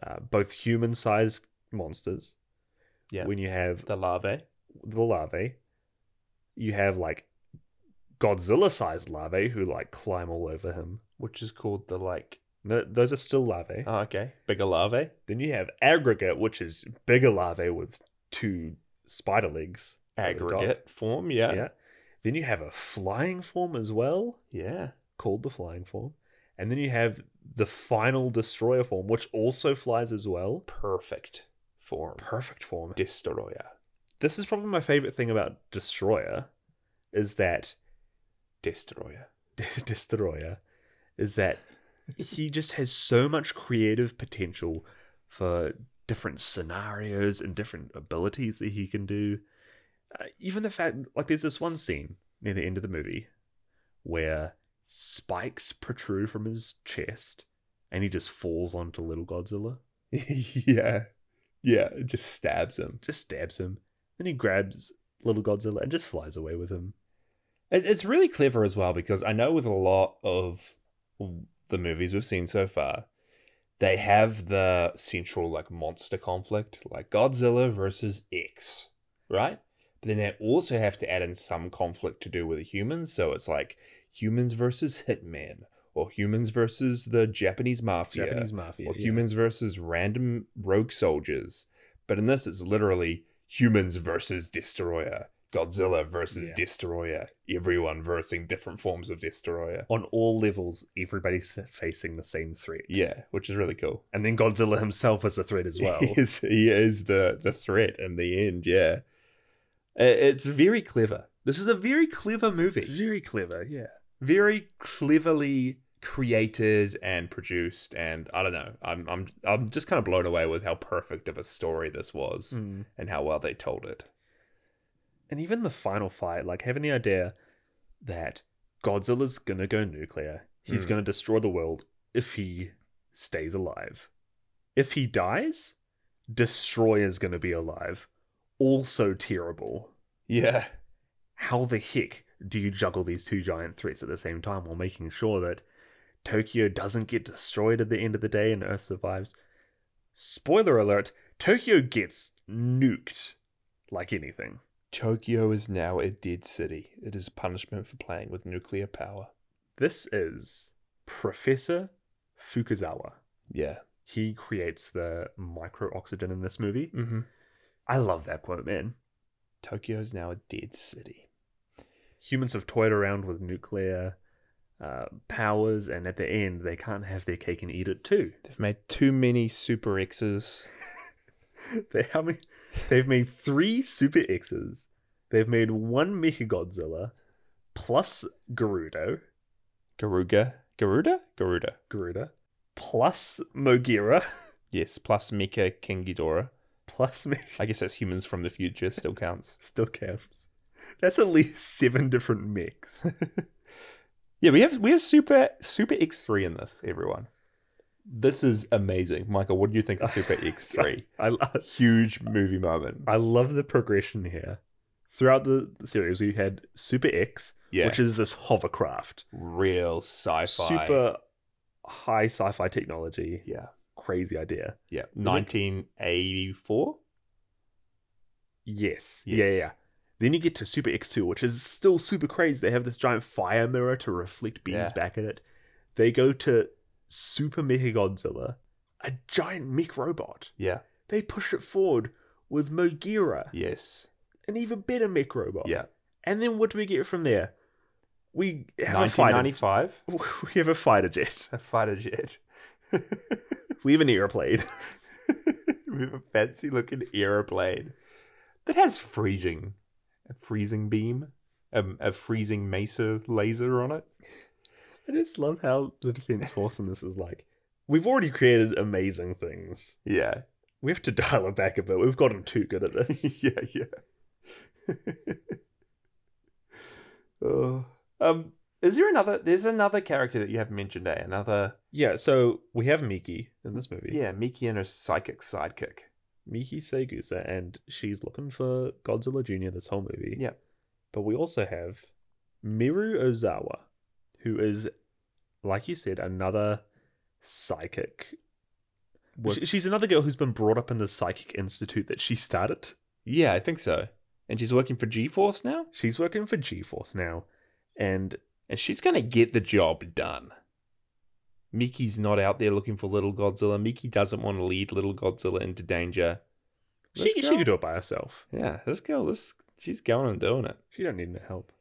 S1: uh, both human-sized monsters
S2: Yeah.
S1: when you have
S2: the larvae.
S1: the larvae you have like godzilla-sized larvae who like climb all over him
S2: Which is called the like.
S1: no, those are still larvae
S2: Oh, okay. Bigger larvae.
S1: then you have aggregate which is bigger larvae with two spider legs at the top.
S2: Aggregate form.
S1: yeah then you have a flying form as well
S2: Yeah.
S1: called the flying form. And then you have the final destroyer form, which also flies as well.
S2: perfect form.
S1: Perfect form.
S2: Destroyer.
S1: This is probably my favorite thing about Destroyer is that
S2: Destroyer.
S1: Destroyer is that he just has so much creative potential for different scenarios and different abilities that he can do. Uh, even the fact, like, there's this one scene near the end of the movie where spikes protrude from his chest and he just falls onto little Godzilla,
S2: yeah. Yeah. It just stabs him.
S1: just stabs him, then he grabs little Godzilla and just flies away with him.
S2: It- It's really clever as well because I know with a lot of the movies we've seen so far, they have the central like monster conflict, like Godzilla versus X, right? But then they also have to add in some conflict to do with the humans. So it's like humans versus Hitman or humans versus the Japanese mafia.
S1: Japanese mafia.
S2: or
S1: yeah.
S2: humans versus random rogue soldiers. But in this, it's literally humans versus destroyer, Godzilla versus
S1: Yeah.
S2: destroyer, everyone versing different forms of destroyer.
S1: On all levels, everybody's facing the same threat.
S2: Yeah, which is really cool.
S1: and then Godzilla himself is a threat as well.
S2: he is, he is the the threat in the end. Yeah, I- it's very clever. This is a very clever movie,
S1: Very clever, yeah.
S2: very cleverly created and produced. And I don't know, I'm I'm I'm just kind of blown away with how perfect of a story this was.
S1: Hmm.
S2: and how well they told it.
S1: And even the final fight, like having the idea that Godzilla's gonna go nuclear, he's
S2: Mm.
S1: gonna destroy the world if he stays alive. If he dies, Destroyer's gonna be alive. Also terrible.
S2: Yeah.
S1: How the heck do you juggle these two giant threats at the same time while making sure that Tokyo doesn't get destroyed at the end of the day and Earth survives? Spoiler alert Tokyo gets nuked like anything.
S2: Tokyo is now a dead city. It is punishment for playing with nuclear power.
S1: This is Professor Fukuzawa.
S2: Yeah.
S1: He creates the micro oxygen in this movie.
S2: Mm-hmm.
S1: I love that quote, man.
S2: Tokyo is now a dead city.
S1: Humans have toyed around with nuclear uh, powers, and at the end, they can't have their cake and eat it too.
S2: They've made too many Super X's.
S1: They, how many? They've made three Super X's. They've made one Mechagodzilla, plus Gerudo,
S2: Garuga. Garuda? Garuda.
S1: Garuda, plus Mogira,
S2: Yes, plus Mecha King Ghidorah.
S1: plus Mecha.
S2: I guess that's humans from the future, still counts.
S1: Still counts. That's at least seven different mechs.
S2: Yeah, we have we have Super Super X three in this. Everyone, this is amazing, Michael. What do you think of Super X three?
S1: I lo-
S2: Huge movie moment.
S1: I love the progression here. Throughout the series, we had Super X,
S2: Yeah,
S1: which is this hovercraft,
S2: real sci-fi.
S1: super high sci-fi technology,
S2: Yeah,
S1: crazy idea.
S2: yeah. Nineteen eighty four.
S1: Yes. Yeah,
S2: Yes.
S1: yeah. yeah. Then you get to Super X2, which is still super crazy. They have this giant fire mirror to reflect beams
S2: Yeah.
S1: back at it. They go to Super Mechagodzilla, a giant mech robot.
S2: Yeah.
S1: They push it forward with Mogira,
S2: Yes.
S1: an even better mech robot.
S2: Yeah.
S1: And then what do we get from there? We have a
S2: Nineteen ninety
S1: fighter.
S2: five.
S1: We have a fighter jet.
S2: A fighter jet.
S1: We have an airplane.
S2: we have a fancy looking aeroplane that has freezing, a freezing beam, a, a freezing mesa laser on it.
S1: I just love how the defense force in this is like, we've already created amazing things.
S2: Yeah,
S1: We have to dial it back a bit. We've gotten too good at this.
S2: yeah, yeah. oh. Um, is there another? There's another character that you haven't mentioned, eh? Another,
S1: yeah, so we have Miki in this movie.
S2: yeah, Miki and her psychic sidekick.
S1: Miki Segusa, and she's looking for Godzilla Jr. this whole movie.
S2: Yep.
S1: But we also have Miru Ozawa, who is, like you said, another psychic.
S2: What-
S1: She- She's another girl who's been brought up in the psychic institute that she started.
S2: Yeah, I think so. And she's working for G Force now,
S1: She's working for G Force now, and
S2: and she's gonna get the job done. Miki's not out there looking for little Godzilla. Miki doesn't want to lead little Godzilla into danger.
S1: she,
S2: This
S1: she
S2: girl-
S1: could do it by herself.
S2: Yeah, this girl, this she's going and doing it.
S1: She don't need no help.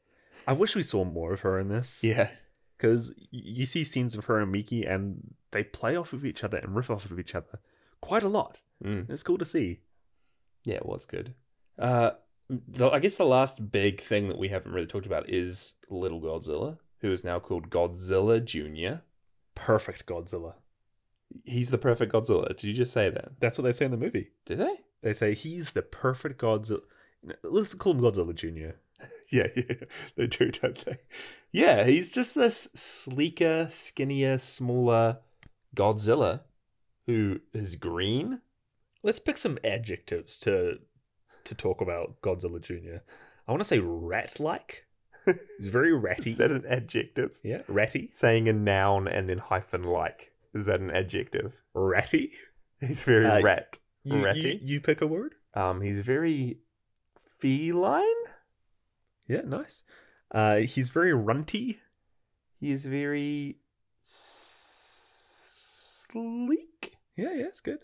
S1: I wish we saw more of her in this.
S2: Yeah,
S1: because you see scenes of her and Miki, and they play off of each other and riff off of each other quite a lot.
S2: mm.
S1: And it's cool to see.
S2: yeah, it was good. Uh, the, I guess the last big thing that we haven't really talked about is little Godzilla, who is now called Godzilla Junior.
S1: Perfect Godzilla.
S2: He's the perfect Godzilla. Did you just say that?
S1: That's what they say in the movie.
S2: Did they?
S1: They say he's the perfect Godzilla. Let's call him Godzilla Junior.
S2: Yeah, yeah, they do, don't they? Yeah, he's just this sleeker, skinnier, smaller Godzilla who is green.
S1: Let's pick some adjectives to to talk about Godzilla Junior. I want to say rat-like. He's very ratty.
S2: Is that an adjective?
S1: yeah, ratty,
S2: Saying a noun and then hyphen like. Is that an adjective?
S1: ratty.
S2: He's very
S1: Uh,
S2: rat.
S1: You, you-
S2: Ratty?
S1: You, pick a word.
S2: Um, he's very feline.
S1: Yeah, nice. Uh, he's very runty.
S2: He is very s- sleek.
S1: Yeah, yeah, it's good.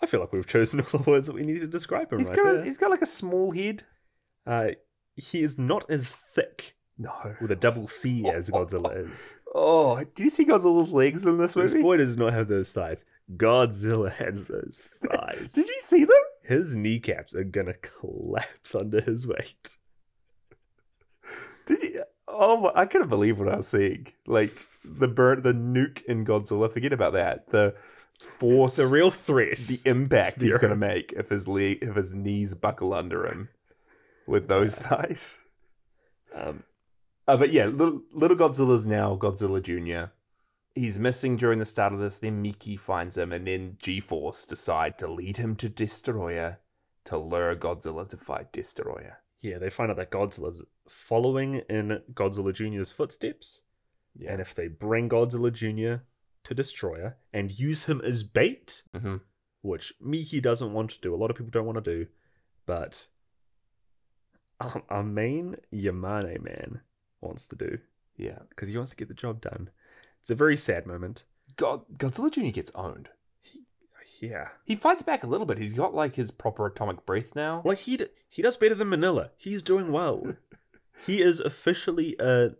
S1: I feel like we've chosen all the words that we need to describe him
S2: He's
S1: right
S2: got a,
S1: there.
S2: he's got like a small head.
S1: Uh, he is not as thick
S2: No.
S1: with a double C as Godzilla is.
S2: Oh, did you see Godzilla's legs in this
S1: This
S2: movie?
S1: boy does not have those thighs. Godzilla has those thighs.
S2: Did you see them?
S1: His kneecaps are gonna collapse under his weight.
S2: Did you? Oh, my- I couldn't believe what I was seeing. Like the burn, the nuke in Godzilla. Forget about that. The force,
S1: The real threat.
S2: the impact he's
S1: Yeah.
S2: gonna make if his le- if his knees buckle under him with those thighs.
S1: Um,
S2: Uh, but yeah, little, little Godzilla's now Godzilla Junior. He's missing during the start of this. Then Miki finds him, and then G Force decide to lead him to Destroyer to lure Godzilla to fight Destroyer.
S1: yeah, they find out that Godzilla's following in Godzilla Jr.'s footsteps, and if they bring Godzilla Jr. to Destroyer and use him as bait,
S2: hmm
S1: which Miki doesn't want to do. A lot of people don't want to do, but our, our main Yamane man wants to do
S2: yeah.
S1: because he wants to get the job done. It's a very sad moment.
S2: God, Godzilla Jr. gets owned.
S1: Yeah,
S2: He fights back a little bit. He's got like his proper atomic breath now.
S1: like he d- he does better than Manila. He's doing well. he is officially a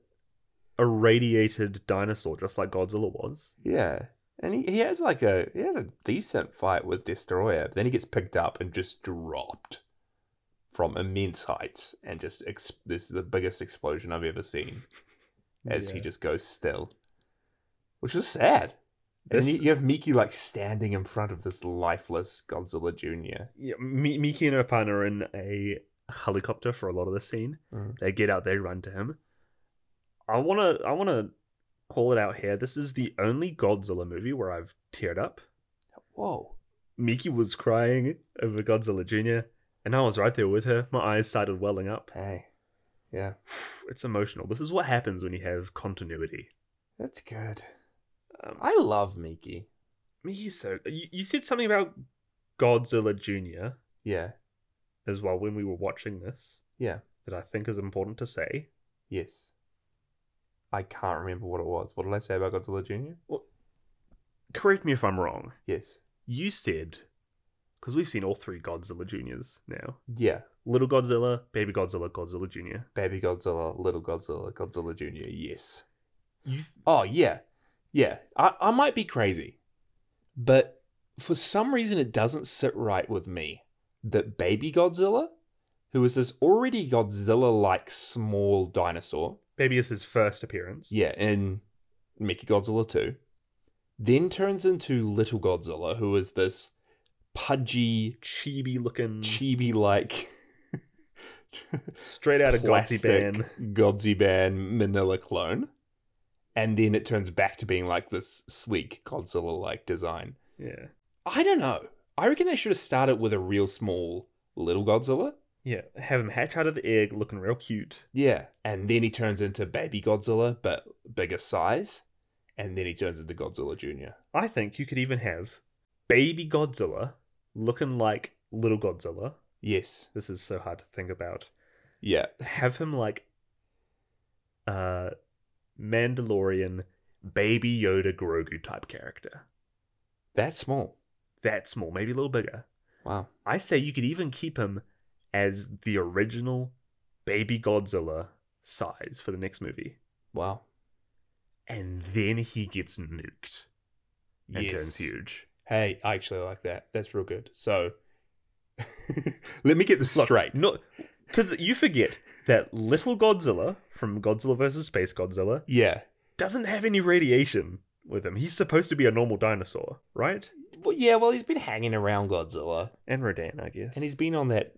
S1: a radiated dinosaur, just like Godzilla was.
S2: Yeah. And he, he has like a he has a decent fight with Destroyer, but then he gets picked up and just dropped from immense heights and just ex- this is the biggest explosion I've ever seen as he
S1: Yeah.
S2: just goes still, which is sad. And
S1: This-
S2: then you, you have Miki like standing in front of this lifeless Godzilla Junior.
S1: yeah, Mi- Miki and her partner are in a
S2: Mm.
S1: helicopter for a lot of the scene. they get out, they run to him. I wanna I wanna call it out here. This is the only Godzilla movie where I've teared up.
S2: Whoa.
S1: Miki was crying over Godzilla Jr., and I was right there with her. My eyes started welling up.
S2: Hey. Yeah.
S1: It's emotional. This is what happens when you have continuity.
S2: That's good.
S1: Um,
S2: I love Miki.
S1: Miki, so you, you said something about Godzilla Jr.
S2: Yeah.
S1: as well when we were watching this
S2: Yeah.
S1: that I think is important to say.
S2: Yes. I can't remember what it was. What did I say about Godzilla Jr.?
S1: Correct me if I'm wrong.
S2: Yes.
S1: You said, because we've seen all three Godzilla Juniors now
S2: Yeah.
S1: Little Godzilla, Baby Godzilla, Godzilla Jr.
S2: Baby Godzilla, Little Godzilla, Godzilla Jr. Yes.
S1: You
S2: Oh yeah, yeah. I, I might be crazy, but for some reason it doesn't sit right with me that Baby Godzilla, who is this already Godzilla-like small dinosaur,
S1: Baby is his first appearance.
S2: yeah, in Mickey Godzilla two, then turns into Little Godzilla, who is this pudgy,
S1: Chibi looking,
S2: Mm. chibi-like.
S1: straight out of Godzilla
S2: plastic
S1: Ban.
S2: Godziban Manila clone. And then it turns back to being like this sleek Godzilla like design.
S1: Yeah.
S2: I don't know. I reckon they should have started with a real small little Godzilla.
S1: Yeah. Have him hatch out of the egg looking real cute.
S2: Yeah. And then he turns into baby Godzilla, but bigger size. And then he turns into Godzilla Jr.
S1: I think you could even have Baby Godzilla looking like Little Godzilla.
S2: Yes.
S1: This is so hard to think about.
S2: Yeah.
S1: have him like uh Mandalorian baby Yoda Grogu type character.
S2: That's small.
S1: That small, maybe a little bigger.
S2: Wow.
S1: I say you could even keep him as the original baby Godzilla size for the next movie.
S2: Wow.
S1: And then he gets nuked and turns
S2: Yes.
S1: huge.
S2: Hey, I actually like that. That's real good. So let me get this
S1: Look,
S2: straight.
S1: No because you forget that little Godzilla from Godzilla vs. Space Godzilla
S2: Yeah.
S1: doesn't have any radiation with him. He's supposed to be a normal dinosaur, right?
S2: Well, yeah, well, he's been hanging around Godzilla,
S1: And Rodan, I guess.
S2: and he's been on that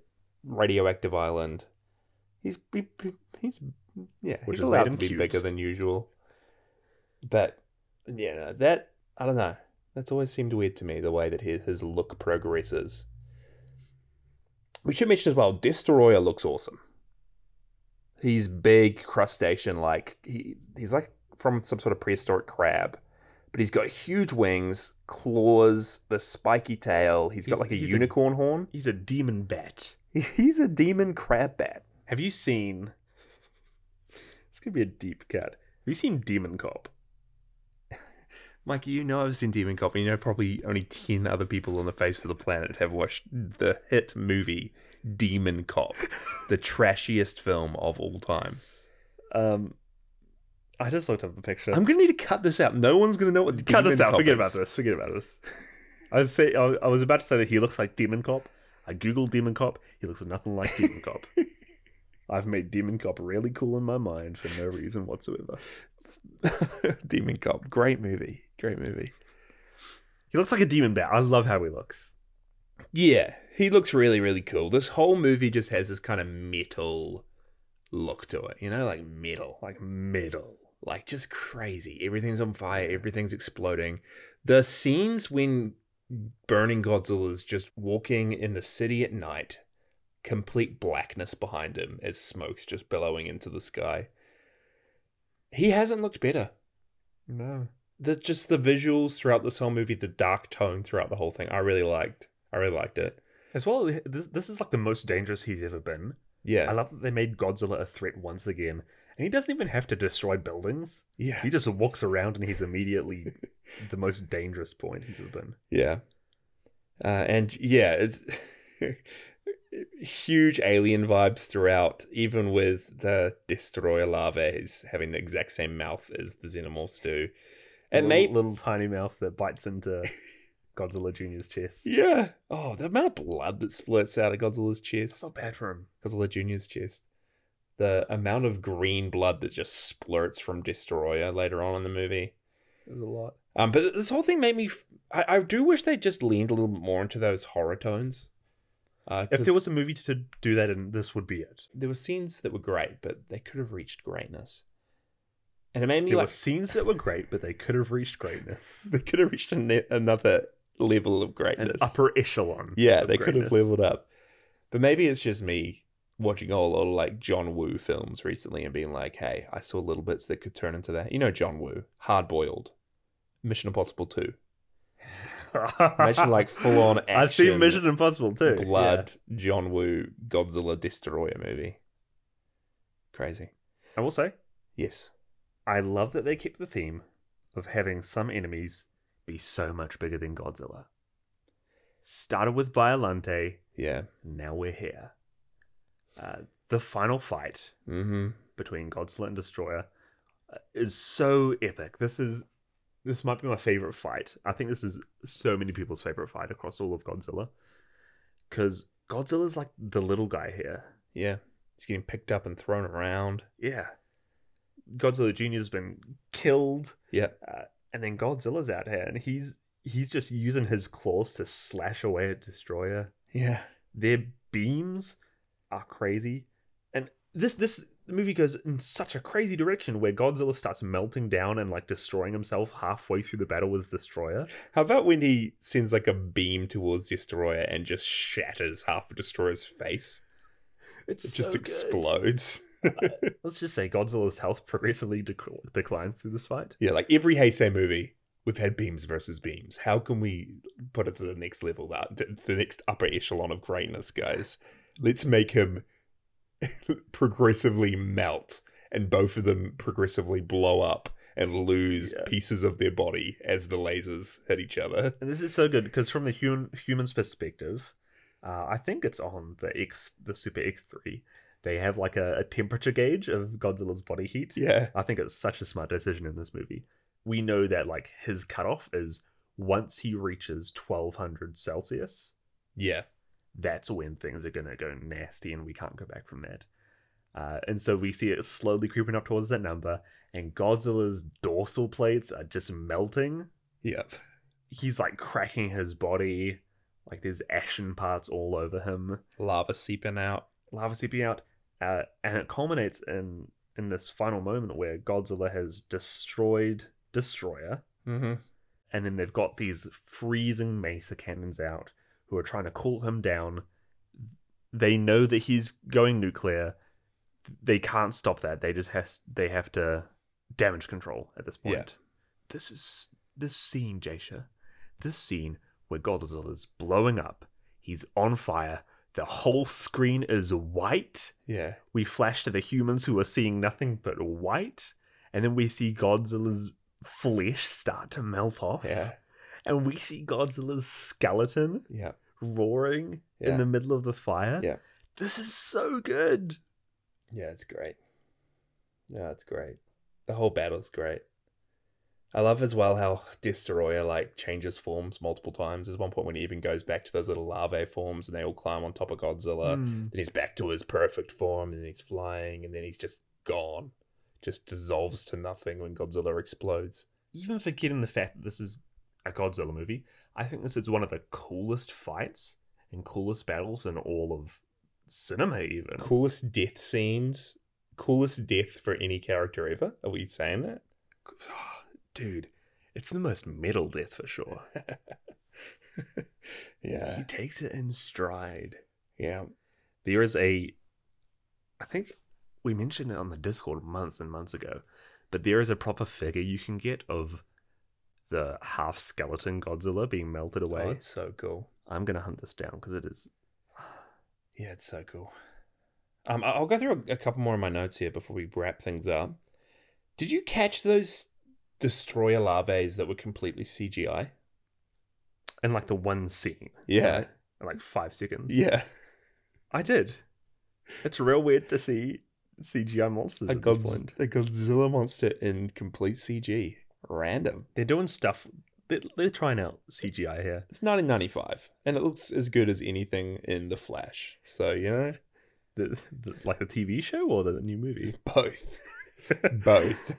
S2: radioactive island. He's he, he's yeah,
S1: Which has
S2: he's
S1: made
S2: allowed
S1: him
S2: to be
S1: cute.
S2: bigger than usual. But yeah, no, that I don't know. That's always seemed weird to me the way that his his look progresses. We should mention as well, Destroyer looks awesome. He's big crustacean like he he's like from some sort of prehistoric crab. But he's got huge wings, claws, the spiky tail. he's got
S1: He's-
S2: like a
S1: he's a-
S2: unicorn horn.
S1: he's a demon bat.
S2: He's a demon crab bat.
S1: Have you seen? It's gonna be a deep cut. Have you seen Demon Cop?
S2: Mikey, you know I've seen Demon Cop, and you know probably only 10 other people on the face of the planet have watched the hit movie Demon Cop, the trashiest film of all time.
S1: Um, I just looked up a picture.
S2: I'm going to need to cut this out. No one's going to know what
S1: Cut
S2: Demon
S1: this out.
S2: Cop
S1: Forget
S2: is.
S1: about this. Forget about this. I was say I I was about to say that he looks like Demon Cop. I googled Demon Cop. He looks nothing like Demon Cop. I've made Demon Cop really cool in my mind for no reason whatsoever.
S2: Demon Cop. Great movie. Great movie.
S1: He looks like a demon bat. I love how he looks.
S2: Yeah, he looks really, really cool. This whole movie just has this kind of metal look to it, you know, like metal.
S1: Like metal.
S2: like just crazy. Everything's on fire, everything's exploding. The scenes when Burning Godzilla's just walking in the city at night, complete blackness behind him as smoke's just billowing into the sky. He hasn't looked better.
S1: No.
S2: The just the visuals throughout this whole movie, the dark tone throughout the whole thing, I really liked. I really liked it.
S1: As well, this this is like the most dangerous he's ever been.
S2: Yeah.
S1: I love that they made Godzilla a threat once again. And he doesn't even have to destroy buildings.
S2: yeah.
S1: He just walks around and he's immediately the most dangerous point he's ever been.
S2: Yeah. Uh, and yeah, it's huge alien vibes throughout, even with the destroyer larvae having the exact same mouth as the xenomorphs do. It
S1: little,
S2: may
S1: little tiny mouth that bites into Godzilla Jr.'s chest.
S2: Yeah. Oh, the amount of blood that splurts out of Godzilla's chest.
S1: It's not bad for him.
S2: Godzilla Jr.'s chest. The amount of green blood that just splurts from Destroyer later on in the movie.
S1: There's a lot.
S2: Um, but this whole thing made me. F- I, I do wish they just leaned a little bit more into those horror tones. Uh,
S1: If
S2: 'cause-
S1: there was a movie to do that in, this would be it.
S2: there were scenes that were great, but they could have reached greatness. and it made me
S1: There were
S2: like
S1: scenes that were great, but they could have reached greatness.
S2: they could have reached a ne- another level of
S1: An
S2: greatness.
S1: upper echelon.
S2: yeah,
S1: of
S2: they could have
S1: greatness.
S2: leveled up. But maybe it's just me watching a lot of like John Woo films recently and being like, hey, I saw little bits that could turn into that. You know, John Woo, hard boiled, Mission Impossible 2. Imagine like full on action.
S1: I've seen Mission Impossible too.
S2: Blood, John Woo, Godzilla Destroyer movie. Crazy.
S1: Yeah. I will say,
S2: Yes.
S1: I love that they kept the theme of having some enemies be so much bigger than Godzilla. Started with Biolante,
S2: Yeah.
S1: now we're here. Uh, the final fight
S2: Mm-hmm.
S1: between Godzilla and Destroyer uh, is so epic. This is this might be my favorite fight. I think this is so many people's favorite fight across all of Godzilla because Godzilla's like the little guy here.
S2: Yeah. It's getting picked up and thrown around.
S1: Yeah, Godzilla Junior's been killed,
S2: Yeah.
S1: and then Godzilla's out here, and he's he's just using his claws to slash away at Destroyer.
S2: Yeah.
S1: their beams are crazy and this this movie goes in such a crazy direction where godzilla starts melting down and like destroying himself halfway through the battle with destroyer
S2: How about when he sends like a beam towards Destroyer and just shatters half of Destroyer's face?
S1: it's
S2: It just
S1: so good.
S2: explodes.
S1: let's just say godzilla's health progressively dec- declines through this fight
S2: yeah, like every Heisei movie, we've had beams versus beams. How can we put it to the next level, that the, the next upper echelon of greatness, guys? Let's make him progressively melt and both of them progressively blow up and lose
S1: Yeah.
S2: pieces of their body as the lasers hit each other.
S1: and this is so good because from the human human's perspective uh, i think it's on the x the super x3 they have like a, a temperature gauge of godzilla's body heat
S2: Yeah.
S1: I think it's such a smart decision in this movie. We know that like his cutoff is once he reaches twelve hundred Celsius,
S2: Yeah.
S1: that's when things are gonna go nasty and we can't go back from that. Uh, and so we see it slowly creeping up towards that number, and Godzilla's dorsal plates are just melting.
S2: Yep.
S1: He's like cracking his body, like there's ashen parts all over him
S2: Lava seeping out.
S1: lava seeping out, uh, and it culminates in in this final moment where Godzilla has destroyed Destroyer,
S2: Mm-hmm.
S1: and then they've got these freezing Mesa cannons out who are trying to cool him down. They know that he's going nuclear. They can't stop that. They just have they have to damage control at this point.
S2: Yeah.
S1: This is this scene, Jasha. This scene where Godzilla is blowing up. He's on fire. The whole screen is white.
S2: Yeah.
S1: we flash to the humans who are seeing nothing but white, and then we see Godzilla's flesh start to melt off,
S2: Yeah.
S1: and we see Godzilla's skeleton
S2: Yeah.
S1: roaring
S2: Yeah.
S1: in the middle of the fire.
S2: Yeah.
S1: This is so good.
S2: Yeah, it's great. Yeah, it's great. The whole battle's great. I love as well how Destroyer like changes forms multiple times. There's one point when he even goes back to those little larvae forms and they all climb on top of Godzilla.
S1: Mm.
S2: Then he's back to his perfect form and then he's flying and then he's just gone. Just dissolves to nothing when Godzilla explodes.
S1: Even forgetting the fact that this is a Godzilla movie, I think this is one of the coolest fights and coolest battles in all of cinema, even.
S2: Coolest death scenes. Coolest death for any character ever. Are we saying that?
S1: Dude, it's the most metal death for sure. He
S2: yeah.
S1: takes it in stride.
S2: Yeah.
S1: there is a i think we mentioned it on the discord months and months ago but there is a proper figure you can get of the half skeleton godzilla being melted away
S2: Oh, it's so cool.
S1: i'm gonna hunt this down because it is
S2: Yeah, it's so cool. Um, I- I'll go through a, a couple more of my notes here before we wrap things up. Did you catch those destroyer larvae that were completely CGI?
S1: in like the one scene right? In, like five seconds
S2: yeah.
S1: i did it's real weird to see cgi monsters
S2: A,
S1: at
S2: Godz-
S1: this point
S2: a Godzilla monster in complete CG. Random.
S1: they're doing stuff they're, they're trying out cgi here
S2: It's 1995, and it looks as good as anything in The Flash. So you know,
S1: the, the, like the tv show or the new movie
S2: both, both.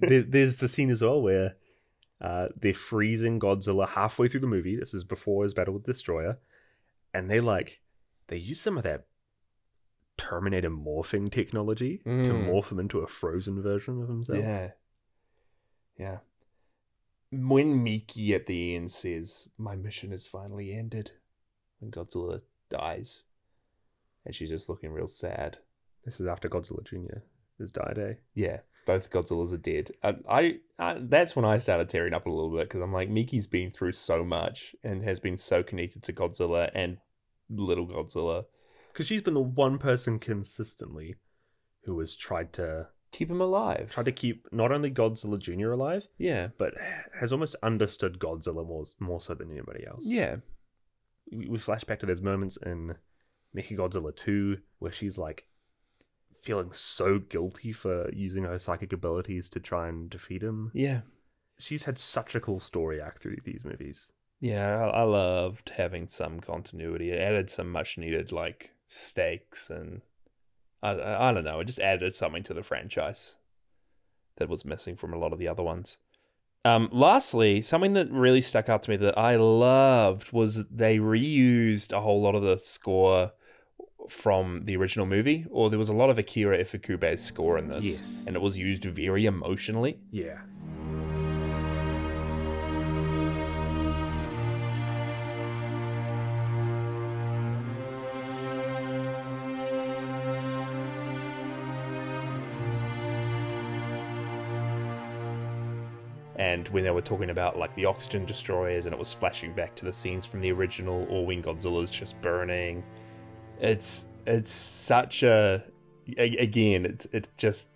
S1: there, there's the scene as well where uh, they're freezing Godzilla halfway through the movie. This is before his battle with Destroyer, and they like they use some of that Terminator morphing technology to
S2: Mm.
S1: morph him into a frozen version of himself.
S2: yeah, Yeah. When Miki at the end says, My mission is finally ended, when Godzilla dies, and she's just looking real sad.
S1: This is after Godzilla Jr. has died, eh?
S2: Yeah, both Godzillas are dead. I, I, I that's when I started tearing up a little bit because I'm like, Miki's been through so much and has been so connected to Godzilla and little Godzilla.
S1: Because she's been the one person consistently who has tried to
S2: Keep him alive.
S1: tried to keep not only Godzilla Jr. alive,
S2: yeah,
S1: but has almost understood Godzilla more more so than anybody else.
S2: yeah,
S1: we we flash back to those moments in Mecha Godzilla 2 where she's like feeling so guilty for using her psychic abilities to try and defeat him.
S2: yeah,
S1: She's had such a cool story arc through these movies.
S2: yeah. I, I loved having some continuity. It added some much needed like stakes and I, I, I don't know. It just added something to the franchise that was missing from a lot of the other ones. Um, lastly, something that really stuck out to me that I loved was they reused a whole lot of the score from the original movie, or there was a lot of Akira Ifukube's score in this,
S1: Yes.
S2: and it was used very emotionally.
S1: Yeah.
S2: and when they were talking about like the oxygen destroyers and it was flashing back to the scenes from the original or when godzilla's just burning it's it's such a a- again it's it just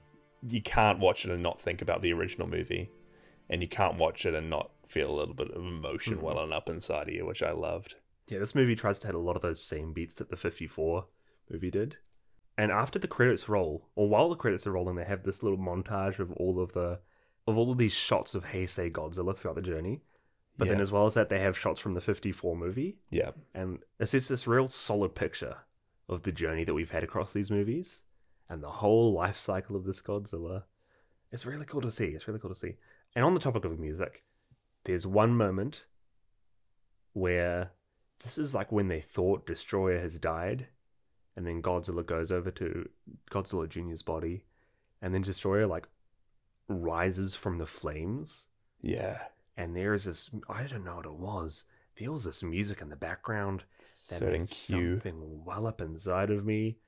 S2: you can't watch it and not think about the original movie and you can't watch it and not feel a little bit of emotion
S1: Mhm.
S2: welling up inside of you which i loved
S1: Yeah, this movie tries to hit a lot of those same beats that the 54 movie did. And after the credits roll, or while the credits are rolling, they have this little montage of all of the of all of these shots of Heisei Godzilla throughout the journey. But then
S2: Yeah.
S1: as well as that they have shots from the 54 movie.
S2: yeah
S1: and it's just this real solid picture of the journey that we've had across these movies and the whole life cycle of this Godzilla. It's really cool to see. It's really cool to see. And on the topic of music, there's one moment where this is like when they thought Destroyer has died, and then Godzilla goes over to Godzilla Jr.'s body, and then Destroyer like rises from the flames
S2: yeah
S1: and there is this I don't know what it was. There was this music in the background that
S2: certain
S1: made
S2: cue
S1: something well up inside of me.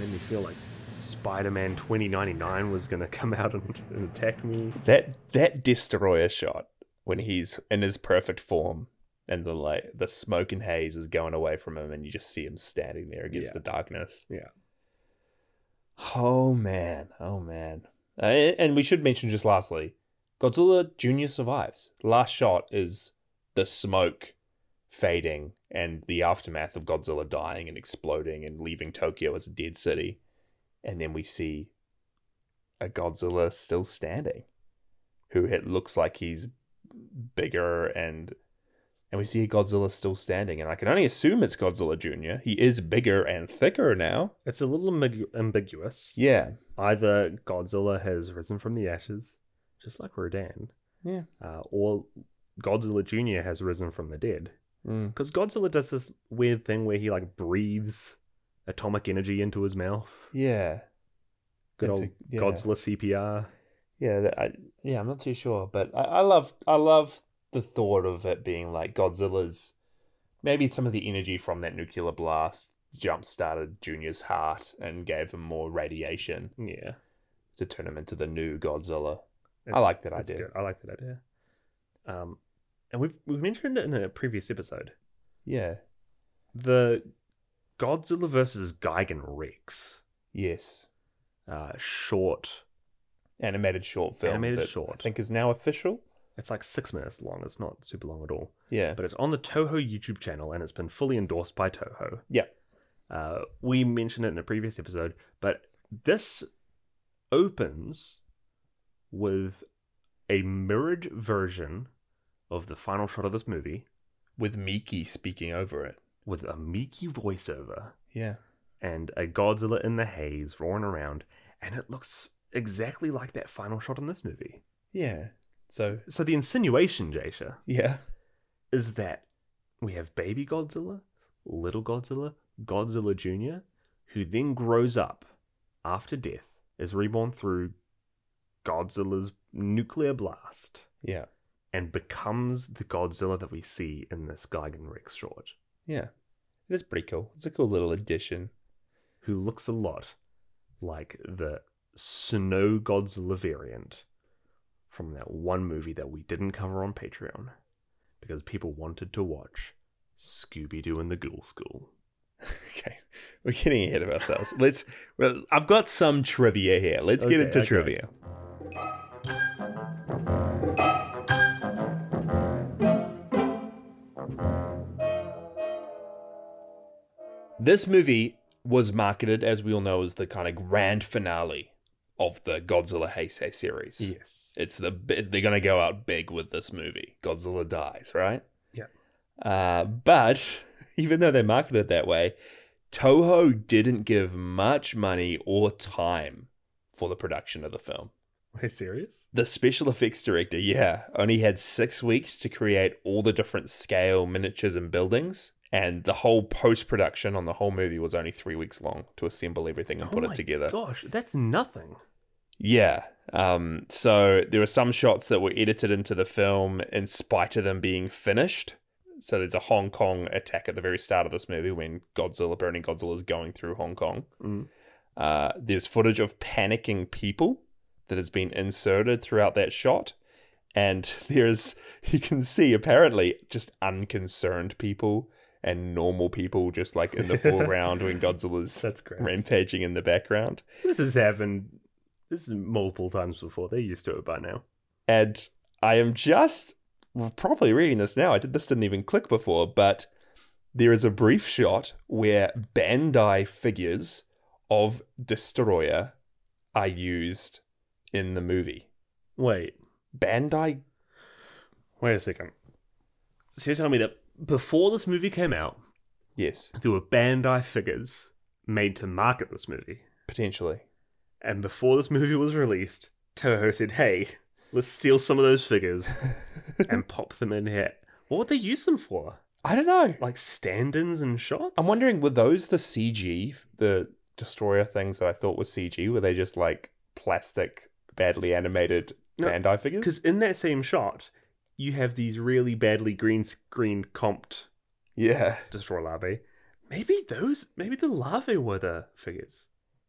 S1: made me feel like Spider-Man 2099 was gonna come out and, and attack me.
S2: That that destroyer shot when he's in his perfect form and the like the smoke and haze is going away from him and you just see him standing there against
S1: Yeah.
S2: the darkness.
S1: Yeah.
S2: Oh man, oh man. Uh, and and we should mention just lastly, Godzilla Jr. survives. Last shot is the smoke fading and the aftermath of Godzilla dying and exploding and leaving Tokyo as a dead city. And then we see a Godzilla still standing who it looks like he's bigger and and we see a Godzilla still standing and I can only assume it's Godzilla Jr. He is bigger and thicker now.
S1: It's a little ambigu- ambiguous.
S2: Yeah.
S1: Either Godzilla has risen from the ashes, just like Rodan,
S2: Yeah.
S1: uh, or Godzilla Jr. has risen from the dead.
S2: Mm.
S1: Because Godzilla does this weird thing where he like breathes atomic energy into his mouth.
S2: Yeah.
S1: Good
S2: It's
S1: old
S2: a- yeah.
S1: Godzilla CPR.
S2: Yeah, that- I, yeah, I'm not too sure, but I, I love I love the thought of it being like Godzilla's maybe some of the energy from that nuclear blast jump started Junior's heart and gave him more radiation
S1: Yeah.
S2: to turn him into the new Godzilla. I
S1: It's-
S2: like that
S1: That's
S2: idea.
S1: good. I like that idea. Um, and we've we've mentioned it in a previous episode.
S2: Yeah.
S1: The Godzilla versus Gigan Rex
S2: Yes.
S1: uh, short.
S2: Animated short film.
S1: Animated
S2: that I
S1: short.
S2: think is now official.
S1: It's like six minutes long. It's not super long at all,
S2: Yeah.
S1: but it's on the Toho YouTube channel and it's been fully endorsed by Toho.
S2: Yeah.
S1: Uh, we mentioned it in a previous episode, but this opens with a mirrored version of the final shot of this movie
S2: with Miki speaking over it.
S1: with a Miki voiceover
S2: Yeah.
S1: and a Godzilla in the haze roaring around, and it looks exactly like that final shot in this movie.
S2: Yeah. So,
S1: so the insinuation, Jasha,
S2: yeah.
S1: is that we have baby Godzilla, little Godzilla, Godzilla Jr., who then grows up after death, is reborn through Godzilla's nuclear blast,
S2: Yeah.
S1: and becomes the Godzilla that we see in this Gigan Rex short,
S2: Yeah. It is pretty cool. It's a cool little addition.
S1: who looks a lot like the Snow Godzilla variant from that one movie that we didn't cover on Patreon because people wanted to watch Scooby Doo and the Ghoul School.
S2: Okay. We're getting ahead of ourselves. Let's well, I've got some trivia here. Let's get
S1: Okay,
S2: into
S1: okay.
S2: trivia. This movie was marketed, as we all know, as the kind of grand finale of the Godzilla Heisei series.
S1: Yes.
S2: It's the bi- they're gonna go out big with this movie. Godzilla dies, right?
S1: Yeah.
S2: Uh, but even though they marketed it that way, Toho didn't give much money or time for the production of the film.
S1: We're serious?
S2: The special effects director, yeah, only had six weeks to create all the different scale miniatures and buildings, and the whole post production on the whole movie was only three weeks long to assemble everything
S1: Oh
S2: and put it together.
S1: Gosh, that's nothing.
S2: Yeah. Um, so there were some shots that were edited into the film in spite of them being finished. So there's a Hong Kong attack at the very start of this movie when Godzilla, Burning Godzilla, is going through Hong Kong.
S1: Mm.
S2: Uh, there's footage of panicking people that has been inserted throughout that shot. And there's, you can see apparently just unconcerned people and normal people just like in the foreground when Godzilla's
S1: That's great.
S2: rampaging in the background.
S1: This has happened. This is multiple times before. They're used to it by now.
S2: And I am just probably reading this now. I did this didn't even click before, but there is a brief shot where Bandai figures of Destroyer are used in the movie.
S1: Wait,
S2: Bandai
S1: wait a second. So you're telling me that before this movie came out,
S2: Yes,
S1: there were Bandai figures made to market this movie,
S2: potentially.
S1: and before this movie was released, Toho said, "Hey, let's steal some of those figures and pop them in here." What would they use them for?
S2: I don't know.
S1: Like stand-ins and shots?
S2: I'm wondering were those the CG, the destroyer things that I thought were CG? Were they just like plastic, badly animated
S1: No,
S2: Bandai figures?
S1: Because in that same shot, you have these really badly green screen comped
S2: yeah.
S1: destroy larvae. Maybe those, maybe the larvae were the figures.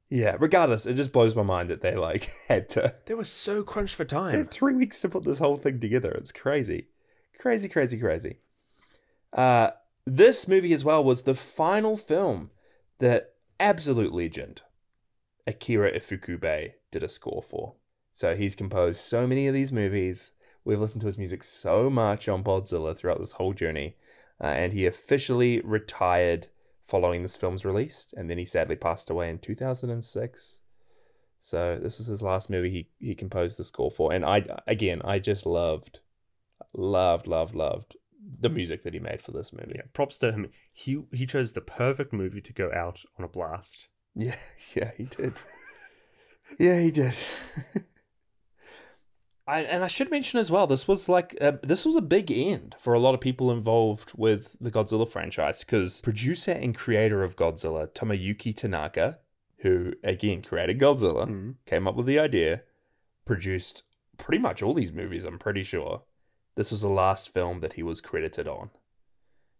S2: Yeah, regardless, it just blows my mind that they like had to
S1: They were so crunched for
S2: they had
S1: time.
S2: three weeks to put this whole thing together. It's crazy. Crazy, crazy, crazy. Uh this movie as well was the final film that absolute legend Akira Ifukube did a score for. So he's composed so many of these movies. We've listened to his music so much on Podzilla throughout this whole journey. Uh, and he officially retired following this film's release. And then he sadly passed away in 2006. So this was his last movie he, he composed the score for. And I, again, I just loved, loved, loved, loved the music that he made for this movie.
S1: Yeah, props to him. He he chose the perfect movie to go out on a blast.
S2: Yeah, yeah, he did. yeah, he did. I, and I should mention as well, this was like a, this was a big end for a lot of people involved with the Godzilla franchise because producer and creator of Godzilla, Tomoyuki Tanaka, who again created Godzilla,
S1: Mm.
S2: came up with the idea, produced pretty much all these movies. I'm pretty sure this was the last film that he was credited on.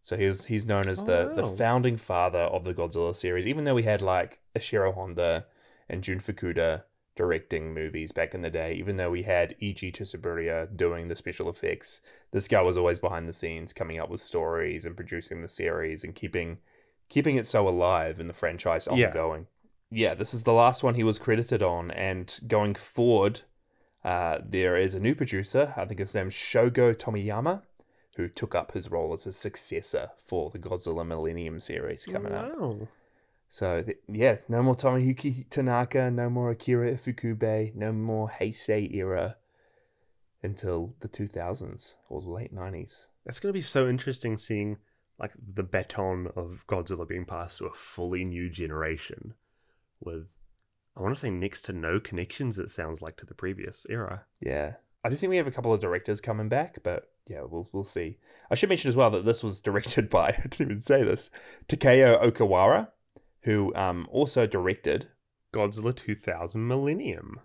S2: So he's he's known as
S1: Oh,
S2: the the
S1: wow.
S2: founding father of the Godzilla series. Even though we had like Ishiro Honda and Jun Fukuda directing movies back in the day, even though we had E.G. Tsuburaya doing the special effects, this guy was always behind the scenes, coming up with stories and producing the series and keeping keeping it so alive and the franchise
S1: Yeah.
S2: ongoing yeah, this is the last one he was credited on, and going forward, uh, there is a new producer. I think his name's Shogo Tomiyama, who took up his role as his successor for the Godzilla Millennium series coming up.
S1: Wow.
S2: So th- yeah, no more Tomoyuki Tanaka, no more Akira Ifukube, no more Heisei era. until the 2000s or late 90s.
S1: That's going to be so interesting seeing like the baton of Godzilla being passed to a fully new generation with I want to say next to no connections it sounds like to the previous era.
S2: Yeah. I do think we have a couple of directors coming back, but yeah, we'll we'll see. I should mention as well that this was directed by I didn't even say this Takeo Okawara, who um also directed
S1: Godzilla 2000 Millennium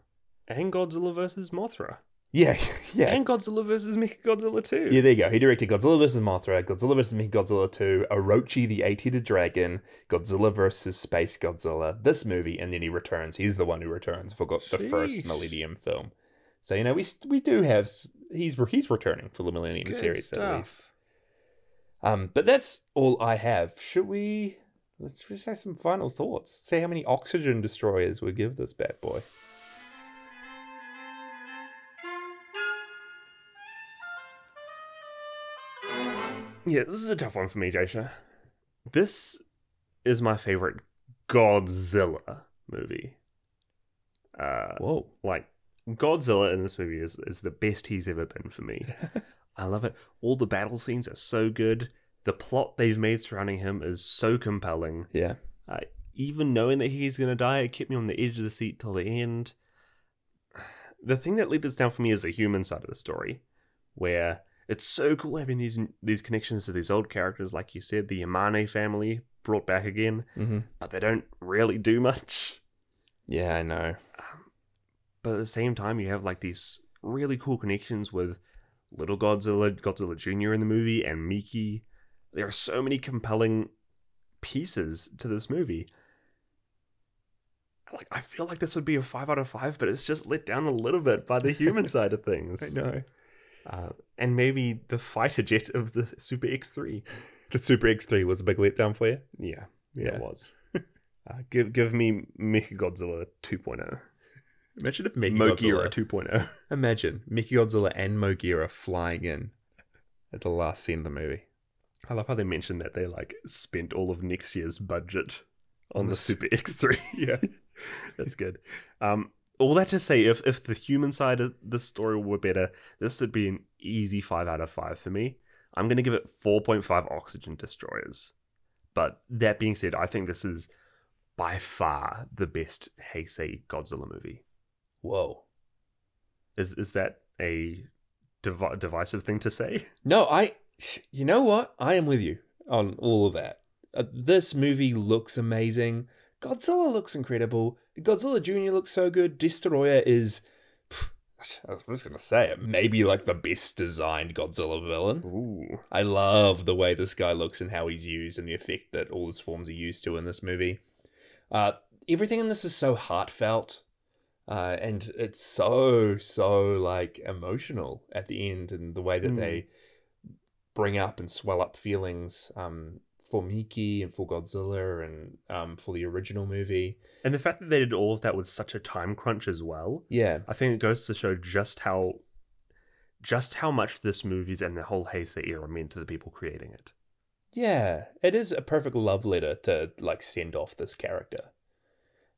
S1: and Godzilla vs Mothra
S2: yeah yeah
S1: and Godzilla vs Mechagodzilla 2.
S2: Yeah, there you go. He directed Godzilla vs. Mothra, Godzilla vs. Mechagodzilla 2, Orochi the Eight-Headed Dragon, Godzilla vs. Space Godzilla, this movie, and then he returns. He's the one who returns for go- the first
S1: Sheesh.
S2: Millennium film. So, you know, we s- we do have... s- He's re- he's returning for the Millennium
S1: Good
S2: series, at least.
S1: stuff.
S2: Um, but that's all I have. Should we... Let's just have some final thoughts. Say how many oxygen destroyers we give this bad boy.
S1: Yeah, this is a tough one for me, Jasha. This is my favorite Godzilla movie. Uh,
S2: Whoa.
S1: like Godzilla in this movie is is the best he's ever been for me. I love it. All the battle scenes are so good. The plot they've made surrounding him is so compelling.
S2: Yeah.
S1: Even knowing that he's gonna die, it kept me on the edge of the seat till the end. The thing that led this down for me is the human side of the story, where it's so cool having these these connections to these old characters, like you said, the Yamane family brought back again,
S2: Mm-hmm.
S1: but they don't really do much.
S2: Yeah, I know.
S1: Um, but at the same time, you have like these really cool connections with Little Godzilla, Godzilla Jr. in the movie, and Miki. There are so many compelling pieces to this movie. Like, I feel like this would be a five out of five, but it's just let down a little bit by the human side of things.
S2: know.
S1: Uh, and maybe the fighter jet of the Super X3.
S2: The Super X3 was a big letdown for you?
S1: Yeah,
S2: Yeah.
S1: it was. uh, give give me Mechagodzilla 2.0.
S2: Imagine if
S1: Mogira
S2: Mechagodzilla.
S1: 2.0.
S2: Imagine Mickey Godzilla and Mogira flying in at the last scene of the movie.
S1: I love how they mentioned that they like spent all of next year's budget on
S2: On
S1: the
S2: the
S1: Super X3. yeah, that's good. Um, all that to say, if if the human side of the story were better, this would be an easy five out of five for me. I'm gonna give it four point five oxygen destroyers. But that being said, I think this is by far the best Heisei Godzilla movie.
S2: Whoa.
S1: Is is that a devi- divisive thing to say?
S2: No, I. You know what? I am with you on all of that. Uh, this movie looks amazing. Godzilla looks incredible. Godzilla Jr. looks so good. Destroyer is. I was just going to say it. Maybe like the best designed Godzilla villain.
S1: Ooh,
S2: I love the way this guy looks and how he's used and the effect that all his forms are used to in this movie. Uh, everything in this is so heartfelt. Uh, and it's so, so like emotional at the end and the way that
S1: Mm.
S2: they bring up and swell up feelings um, for Miki and for Godzilla and um, for the original movie.
S1: and the fact that they did all of that with such a time crunch as well.
S2: Yeah.
S1: I think it goes to show just how just how much this movie's and the whole Heisei era meant to the people creating it.
S2: Yeah, it is a perfect love letter to like send off this character.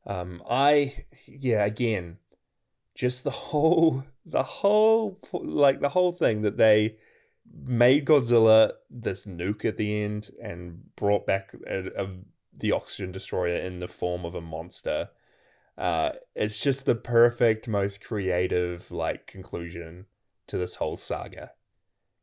S2: Um, I yeah, again, just the whole the whole like the whole thing that they made Godzilla this nuke at the end and brought back a, a, the oxygen destroyer in the form of a monster. Uh, it's just the perfect, most creative like conclusion to this whole saga.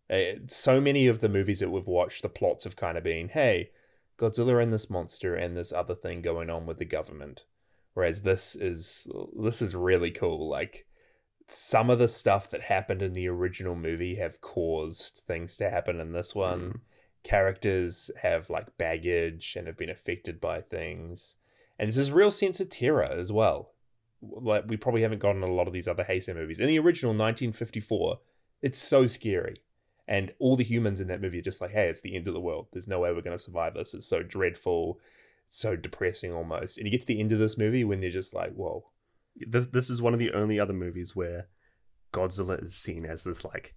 S2: Uh, so many of the movies that we've watched, the plots have kind of been, hey, Godzilla and this monster and this other thing going on with the government. Whereas this is this is really cool. Like some of the stuff that happened in the original movie have caused things to happen in this one
S1: Mm.
S2: characters have like baggage and have been affected by things. And there's this real sense of terror as well. Like we probably haven't gotten a lot of these other Heisei movies. In the original 1954, it's so scary. And all the humans in that movie are just like, hey, it's the end of the world. There's no way we're gonna survive this. It's so dreadful, so depressing almost. And you get to the end of this movie when they're just like, whoa,
S1: This this is one of the only other movies where Godzilla is seen as this like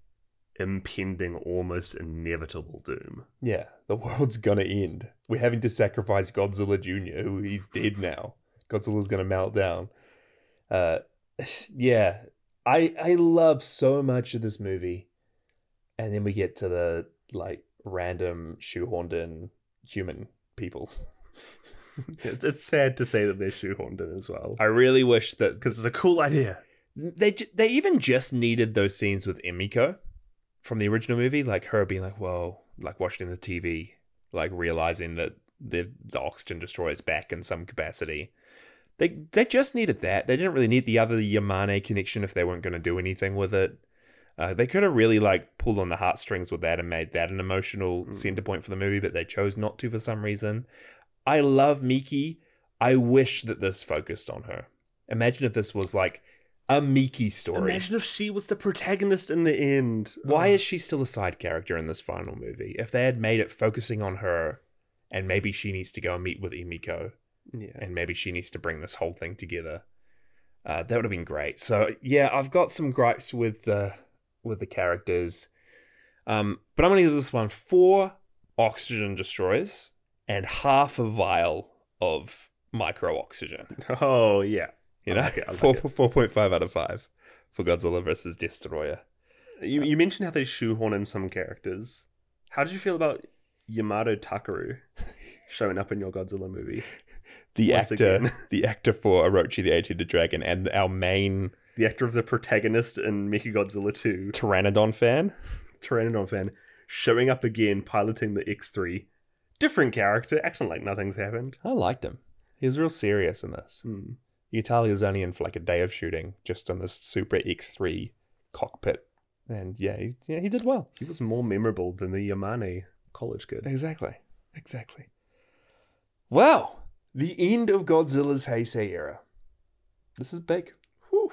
S1: impending, almost inevitable doom.
S2: Yeah, the world's gonna end. We're having to sacrifice Godzilla Jr., who he's dead now. Godzilla's gonna melt down. Uh, yeah, I I love so much of this movie, and then we get to the like random shoehorned in human people.
S1: It's, it's sad to say that they're shoehorned in as well.
S2: I really wish that
S1: Because it's a cool idea.
S2: they ju- they even just needed those scenes with Emiko from the original movie, like her being like, "Whoa," like watching the TV, like realizing that the the oxygen destroys back in some capacity. They they just needed that. They didn't really need the other Yamane connection if they weren't going to do anything with it. Uh, they could have really like pulled on the heartstrings with that and made that an emotional
S1: Mm.
S2: center point for the movie, but they chose not to for some reason. I love Miki. I wish that this focused on her. Imagine if this was like a Miki story.
S1: Imagine if she was the protagonist in the end.
S2: Why
S1: Oh.
S2: is she still a side character in this final movie? If they had made it focusing on her, and maybe she needs to go and meet with Emiko,
S1: Yeah.
S2: and maybe she needs to bring this whole thing together, uh, that would have been great. So yeah, I've got some gripes with the with the characters, um, but I'm gonna give this one four oxygen destroyers and half a vial of micro oxygen.
S1: Oh, yeah.
S2: You
S1: I
S2: know,
S1: like it, I like
S2: four
S1: it.
S2: four point five out of five for Godzilla versus Destroyer.
S1: You, you mentioned how they shoehorn in some characters. How did you feel about Yamato Takaru showing up in your Godzilla movie?
S2: the
S1: Once
S2: actor,
S1: again.
S2: the actor for Orochi the Eight-Headed Dragon, and our main
S1: The actor of the protagonist in Mechagodzilla 2,
S2: Pteranodon fan.
S1: Pteranodon fan, showing up again piloting the X3. Different character, acting like nothing's happened.
S2: I liked him. He was real serious in this.
S1: Hmm.
S2: You tell he was only in for like a day of shooting, just on this Super X3 cockpit, and yeah, he, yeah, he did well.
S1: He was more memorable than the Yamane college kid.
S2: Exactly, exactly. Wow, the end of Godzilla's Heisei era. This is big.
S1: Whew.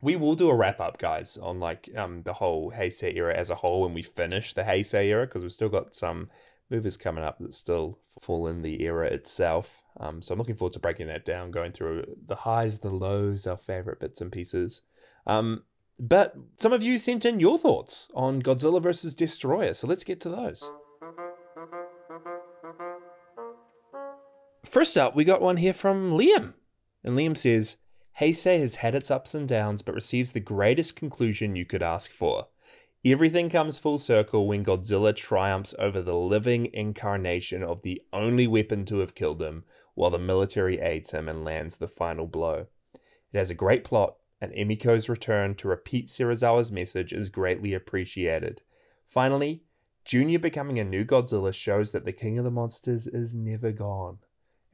S2: We will do a wrap up, guys, on like um the whole Heisei era as a whole when we finish the Heisei era because we've still got some movies coming up that still fall in the era itself. Um, so I'm looking forward to breaking that down, going through the highs, the lows, our favorite bits and pieces. Um, but some of you sent in your thoughts on Godzilla versus Destroyer, so let's get to those. First up, we got one here from Liam. And Liam says, Heisei has had its ups and downs, but receives the greatest conclusion you could ask for. Everything comes full circle when Godzilla triumphs over the living incarnation of the only weapon to have killed him, while the military aids him and lands the final blow. It has a great plot, and Emiko's return to repeat Serizawa's message is greatly appreciated. Finally, Junior becoming a new Godzilla shows that the King of the Monsters is never gone.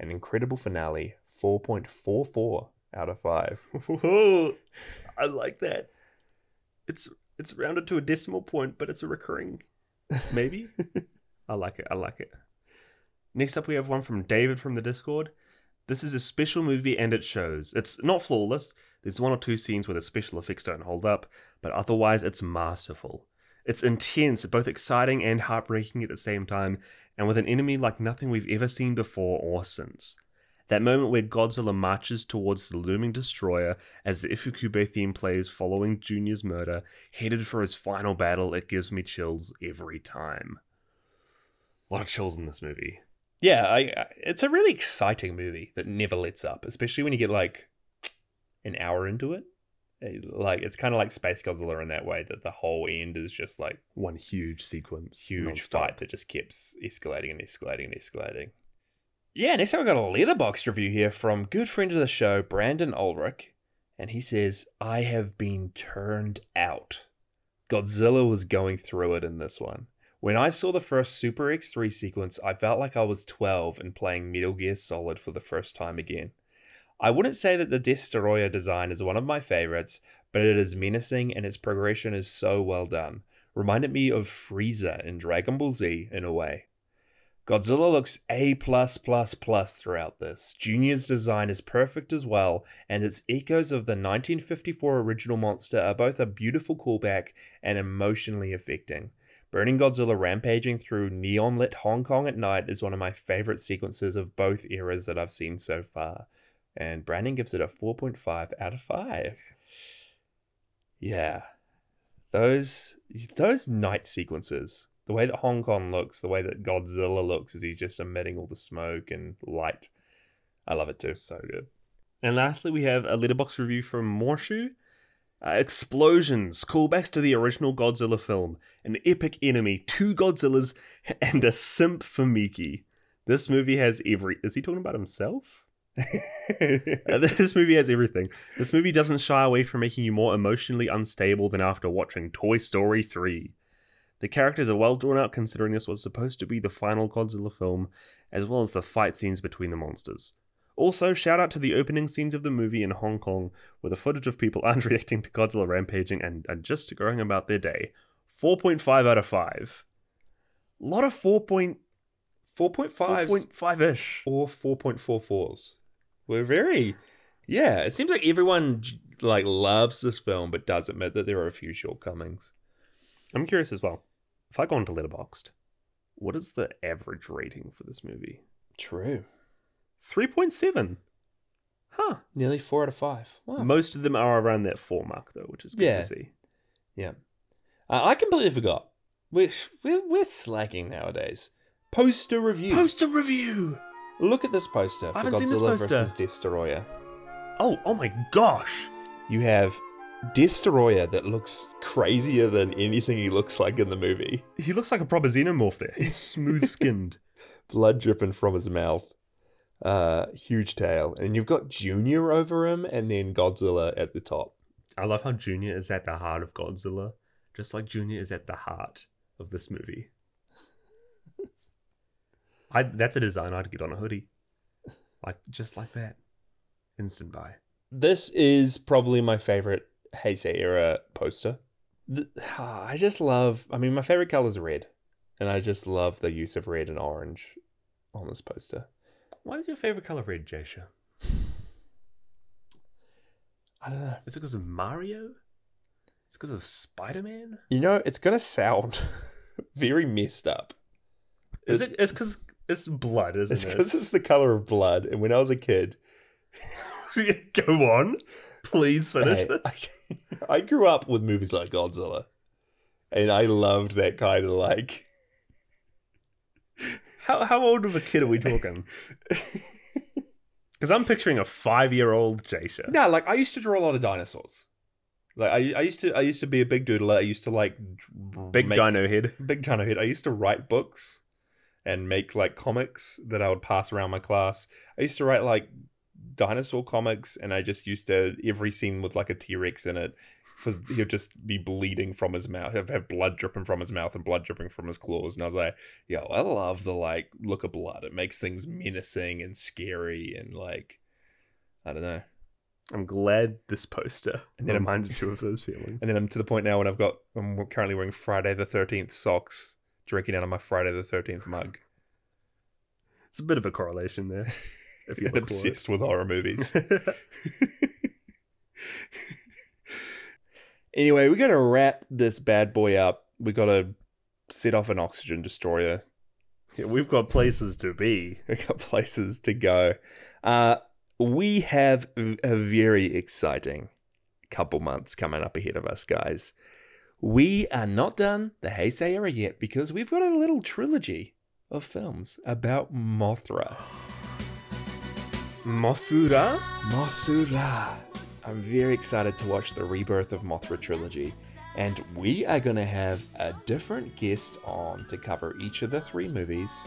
S2: An incredible finale, 4.44 out of 5.
S1: Whoa, I like that. It's it's rounded to a decimal point, but it's a recurring. Maybe. I like it. I like it. Next up, we have one from David from the Discord. This is a special movie, and it shows. It's not flawless. There's one or two scenes where the special effects don't hold up, but otherwise, it's masterful. It's intense, both exciting and heartbreaking at the same time, and with an enemy like nothing we've ever seen before or since. That moment where Godzilla marches towards the looming destroyer as the Ifukube theme plays following Junior's murder, headed for his final battle, it gives me chills every time. A lot of chills in this movie.
S2: Yeah, I, I- it's a really exciting movie that never lets up, especially when you get like an hour into it. Eh, Like it's kind of like Space Godzilla in that way that the whole end is just like
S1: One huge sequence.
S2: huge
S1: nonstop.
S2: fight that just keeps escalating and escalating and escalating. Yeah, next time we got a letterbox review here from good friend of the show, Brandon Ulrich, and he says, I have been turned out. Godzilla was going through it in this one. When I saw the first Super X3 sequence, I felt like I was 12 and playing Metal Gear Solid for the first time again. I wouldn't say that the Destroyer design is one of my favorites, but it is menacing and its progression is so well done reminded me of Frieza in Dragon Ball Z in a way. Godzilla looks A plus plus plus throughout this. Junior's design is perfect as well, and its echoes of the 1954 original monster are both a beautiful callback and emotionally affecting. Burning Godzilla rampaging through neon lit Hong Kong at night is one of my favorite sequences of both eras that I've seen so far. And Brandon gives it a 4.5 out of 5. Yeah those those night sequences the way that hong kong looks the way that godzilla looks is he's just emitting all the smoke and light i love it too so good
S1: And lastly, we have a letterbox review from Morshu. Uh, explosions, callbacks to the original Godzilla film, an epic enemy, two Godzillas, and a simp for Miki. This movie has every. Is he talking about himself? Uh, this movie has everything. This movie doesn't shy away from making you more emotionally unstable than after watching Toy Story 3. The characters are well drawn out considering this was supposed to be the final Godzilla film, as well as the fight scenes between the monsters. Also, shout out to the opening scenes of the movie in Hong Kong, where the footage of people aren't reacting to Godzilla rampaging and are just going about their day. 4.5 out of 5. A lot of 4.5
S2: 4.5s
S1: ish.
S2: or 4.44s. We're very. Yeah, it seems like everyone j- like loves this film but does admit that there are a few shortcomings.
S1: I'm curious as well. If I go onto Letterboxd, what is the average rating for this movie?
S2: True.
S1: 3.7. Huh.
S2: Nearly 4 out of 5. Wow.
S1: Most of them are around that 4 mark, though, which is good
S2: Yeah.
S1: to see.
S2: Uh, I completely forgot. We're, we're, we're slacking nowadays. Poster review.
S1: Poster review!
S2: Look at this poster.
S1: I
S2: for
S1: haven't seen this
S2: Godzilla
S1: poster.
S2: versus Destroyer.
S1: Oh, oh my gosh!
S2: You have Destroyer that looks crazier than anything he looks like in the movie.
S1: He looks like a proper xenomorph there. He's smooth skinned.
S2: Blood dripping from his mouth. Uh, huge tail. And you've got Junior over him and then Godzilla at the top.
S1: I love how Junior is at the heart of Godzilla, just like Junior is at the heart of this movie. I that's a design I'd get on a hoodie, like just like that, instant buy.
S2: This is probably my favorite Heisei era poster. Th- I just love, I mean, my favorite color is red. And I just love the use of red and orange on this poster.
S1: Why is your favorite color red, Jasha?
S2: I don't know.
S1: Is it because of Mario? Is it because of Spider Man?
S2: You know, it's going to sound very messed up.
S1: Is
S2: It's-
S1: it? It's because it's blood, isn't
S2: It's because it's the color of blood. And when I was a kid,
S1: it? Go on, please finish
S2: Hey,
S1: this.
S2: I grew up with movies like Godzilla, and I loved that kind of like.
S1: How how old of a kid are we talking? Because I'm picturing a five year old Jasha.
S2: No, like I used to draw a lot of dinosaurs. Like I, I used to, I used to be a big doodler. I used to like dr-
S1: Big
S2: make-
S1: dino head.
S2: big dino head. I used to write books and make like comics that I would pass around my class. I used to write like dinosaur comics, and I just used to every scene with like a T Rex in it. For, he'll just be bleeding from his mouth, have, have blood dripping from his mouth and blood dripping from his claws. And I was like, yo, I love the like look of blood. It makes things menacing and scary and like, I don't know.
S1: I'm glad this poster
S2: And then I'm-
S1: reminded you of those feelings.
S2: And then I'm to the point now when I've got, I'm currently wearing Friday the 13th socks, drinking out of my Friday the 13th mug.
S1: it's a bit of a correlation there. If you look
S2: and
S1: for it.
S2: obsessed with horror movies. anyway, we got to wrap this bad boy up. We got to set off an oxygen destroyer.
S1: Yeah, we've got places to be.
S2: We got places to go. Uh, we have a very exciting couple months coming up ahead of us, guys. We are not done the Heisei era yet because we've got a little trilogy of films about Mothra.
S1: Masura?
S2: Masura. I'm very excited to watch the Rebirth of Mothra trilogy, and we are going to have a different guest on to cover each of the three movies.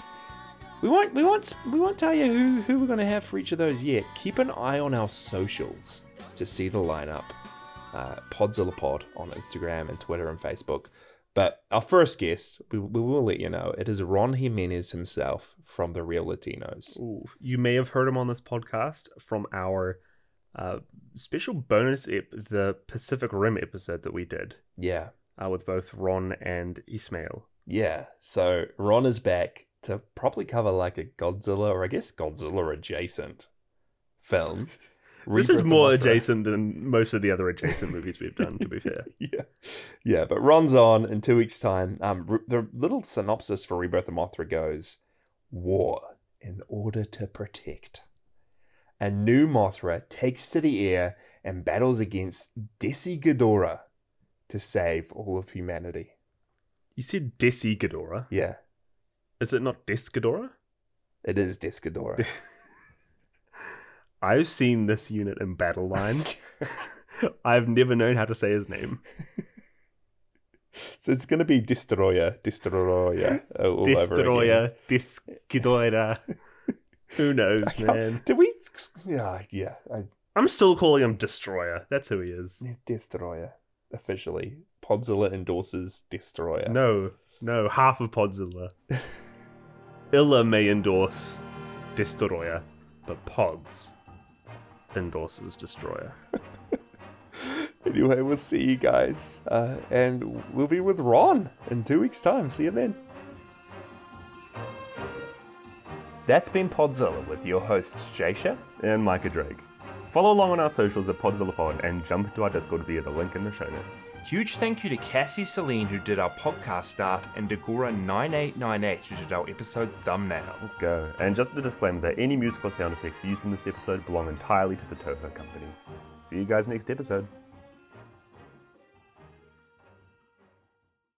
S2: We won't, we won't, we won't tell you who, who we're going to have for each of those yet. Keep an eye on our socials to see the lineup. Uh, Podzilla Pod on Instagram and Twitter and Facebook. But our first guest, we, we will let you know, it is Ron Jimenez himself from The Real Latinos.
S1: Ooh, you may have heard him on this podcast from our uh, special bonus ep- the Pacific Rim episode that we did
S2: Yeah,
S1: uh, with both Ron and Ismail.
S2: Yeah, so Ron is back to probably cover like a Godzilla or I guess Godzilla adjacent film.
S1: this is
S2: Rebirth of
S1: more
S2: Mothra.
S1: adjacent than most of the other adjacent movies we've done, to be fair.
S2: Yeah, yeah, but Ron's on in two weeks' time. Um, re- the little synopsis for Rebirth of Mothra goes: War in order to protect. A new Mothra takes to the air and battles against Desi Ghidorah to save all of humanity.
S1: You said Desi Ghidorah.
S2: Yeah,
S1: Is it not Des Ghidorah?
S2: it is Desi Ghidorah.
S1: I've seen this unit in battle line. I've never known how to say his name.
S2: So it's going to be Destroyer, Destroyer, uh, all over again.
S1: Destroyer, Destroyer. Who knows,
S2: I can't-
S1: man?
S2: Did we? Yeah, yeah. I,
S1: I'm still calling him Destroyer. That's who he is.
S2: Destroyer officially. Podzilla endorses Destroyer.
S1: No, no, half of Podzilla. Illa may endorse Destroyer, but Pods endorses Destroyer.
S2: Anyway, we'll see you guys, uh, and we'll be with Ron in two weeks' time. See you then.
S3: That's been Podzilla with your hosts, Jasha and Micah Drake. Follow along on our socials at Podzilla Pod and jump into our Discord via the link in the show notes.
S4: Huge thank you to Cassie Celine who did our podcast art and Dagora9898 who did our episode thumbnail.
S3: Let's go. And just a disclaimer that any musical sound effects used in this episode belong entirely to the Toho Company. See you guys next episode.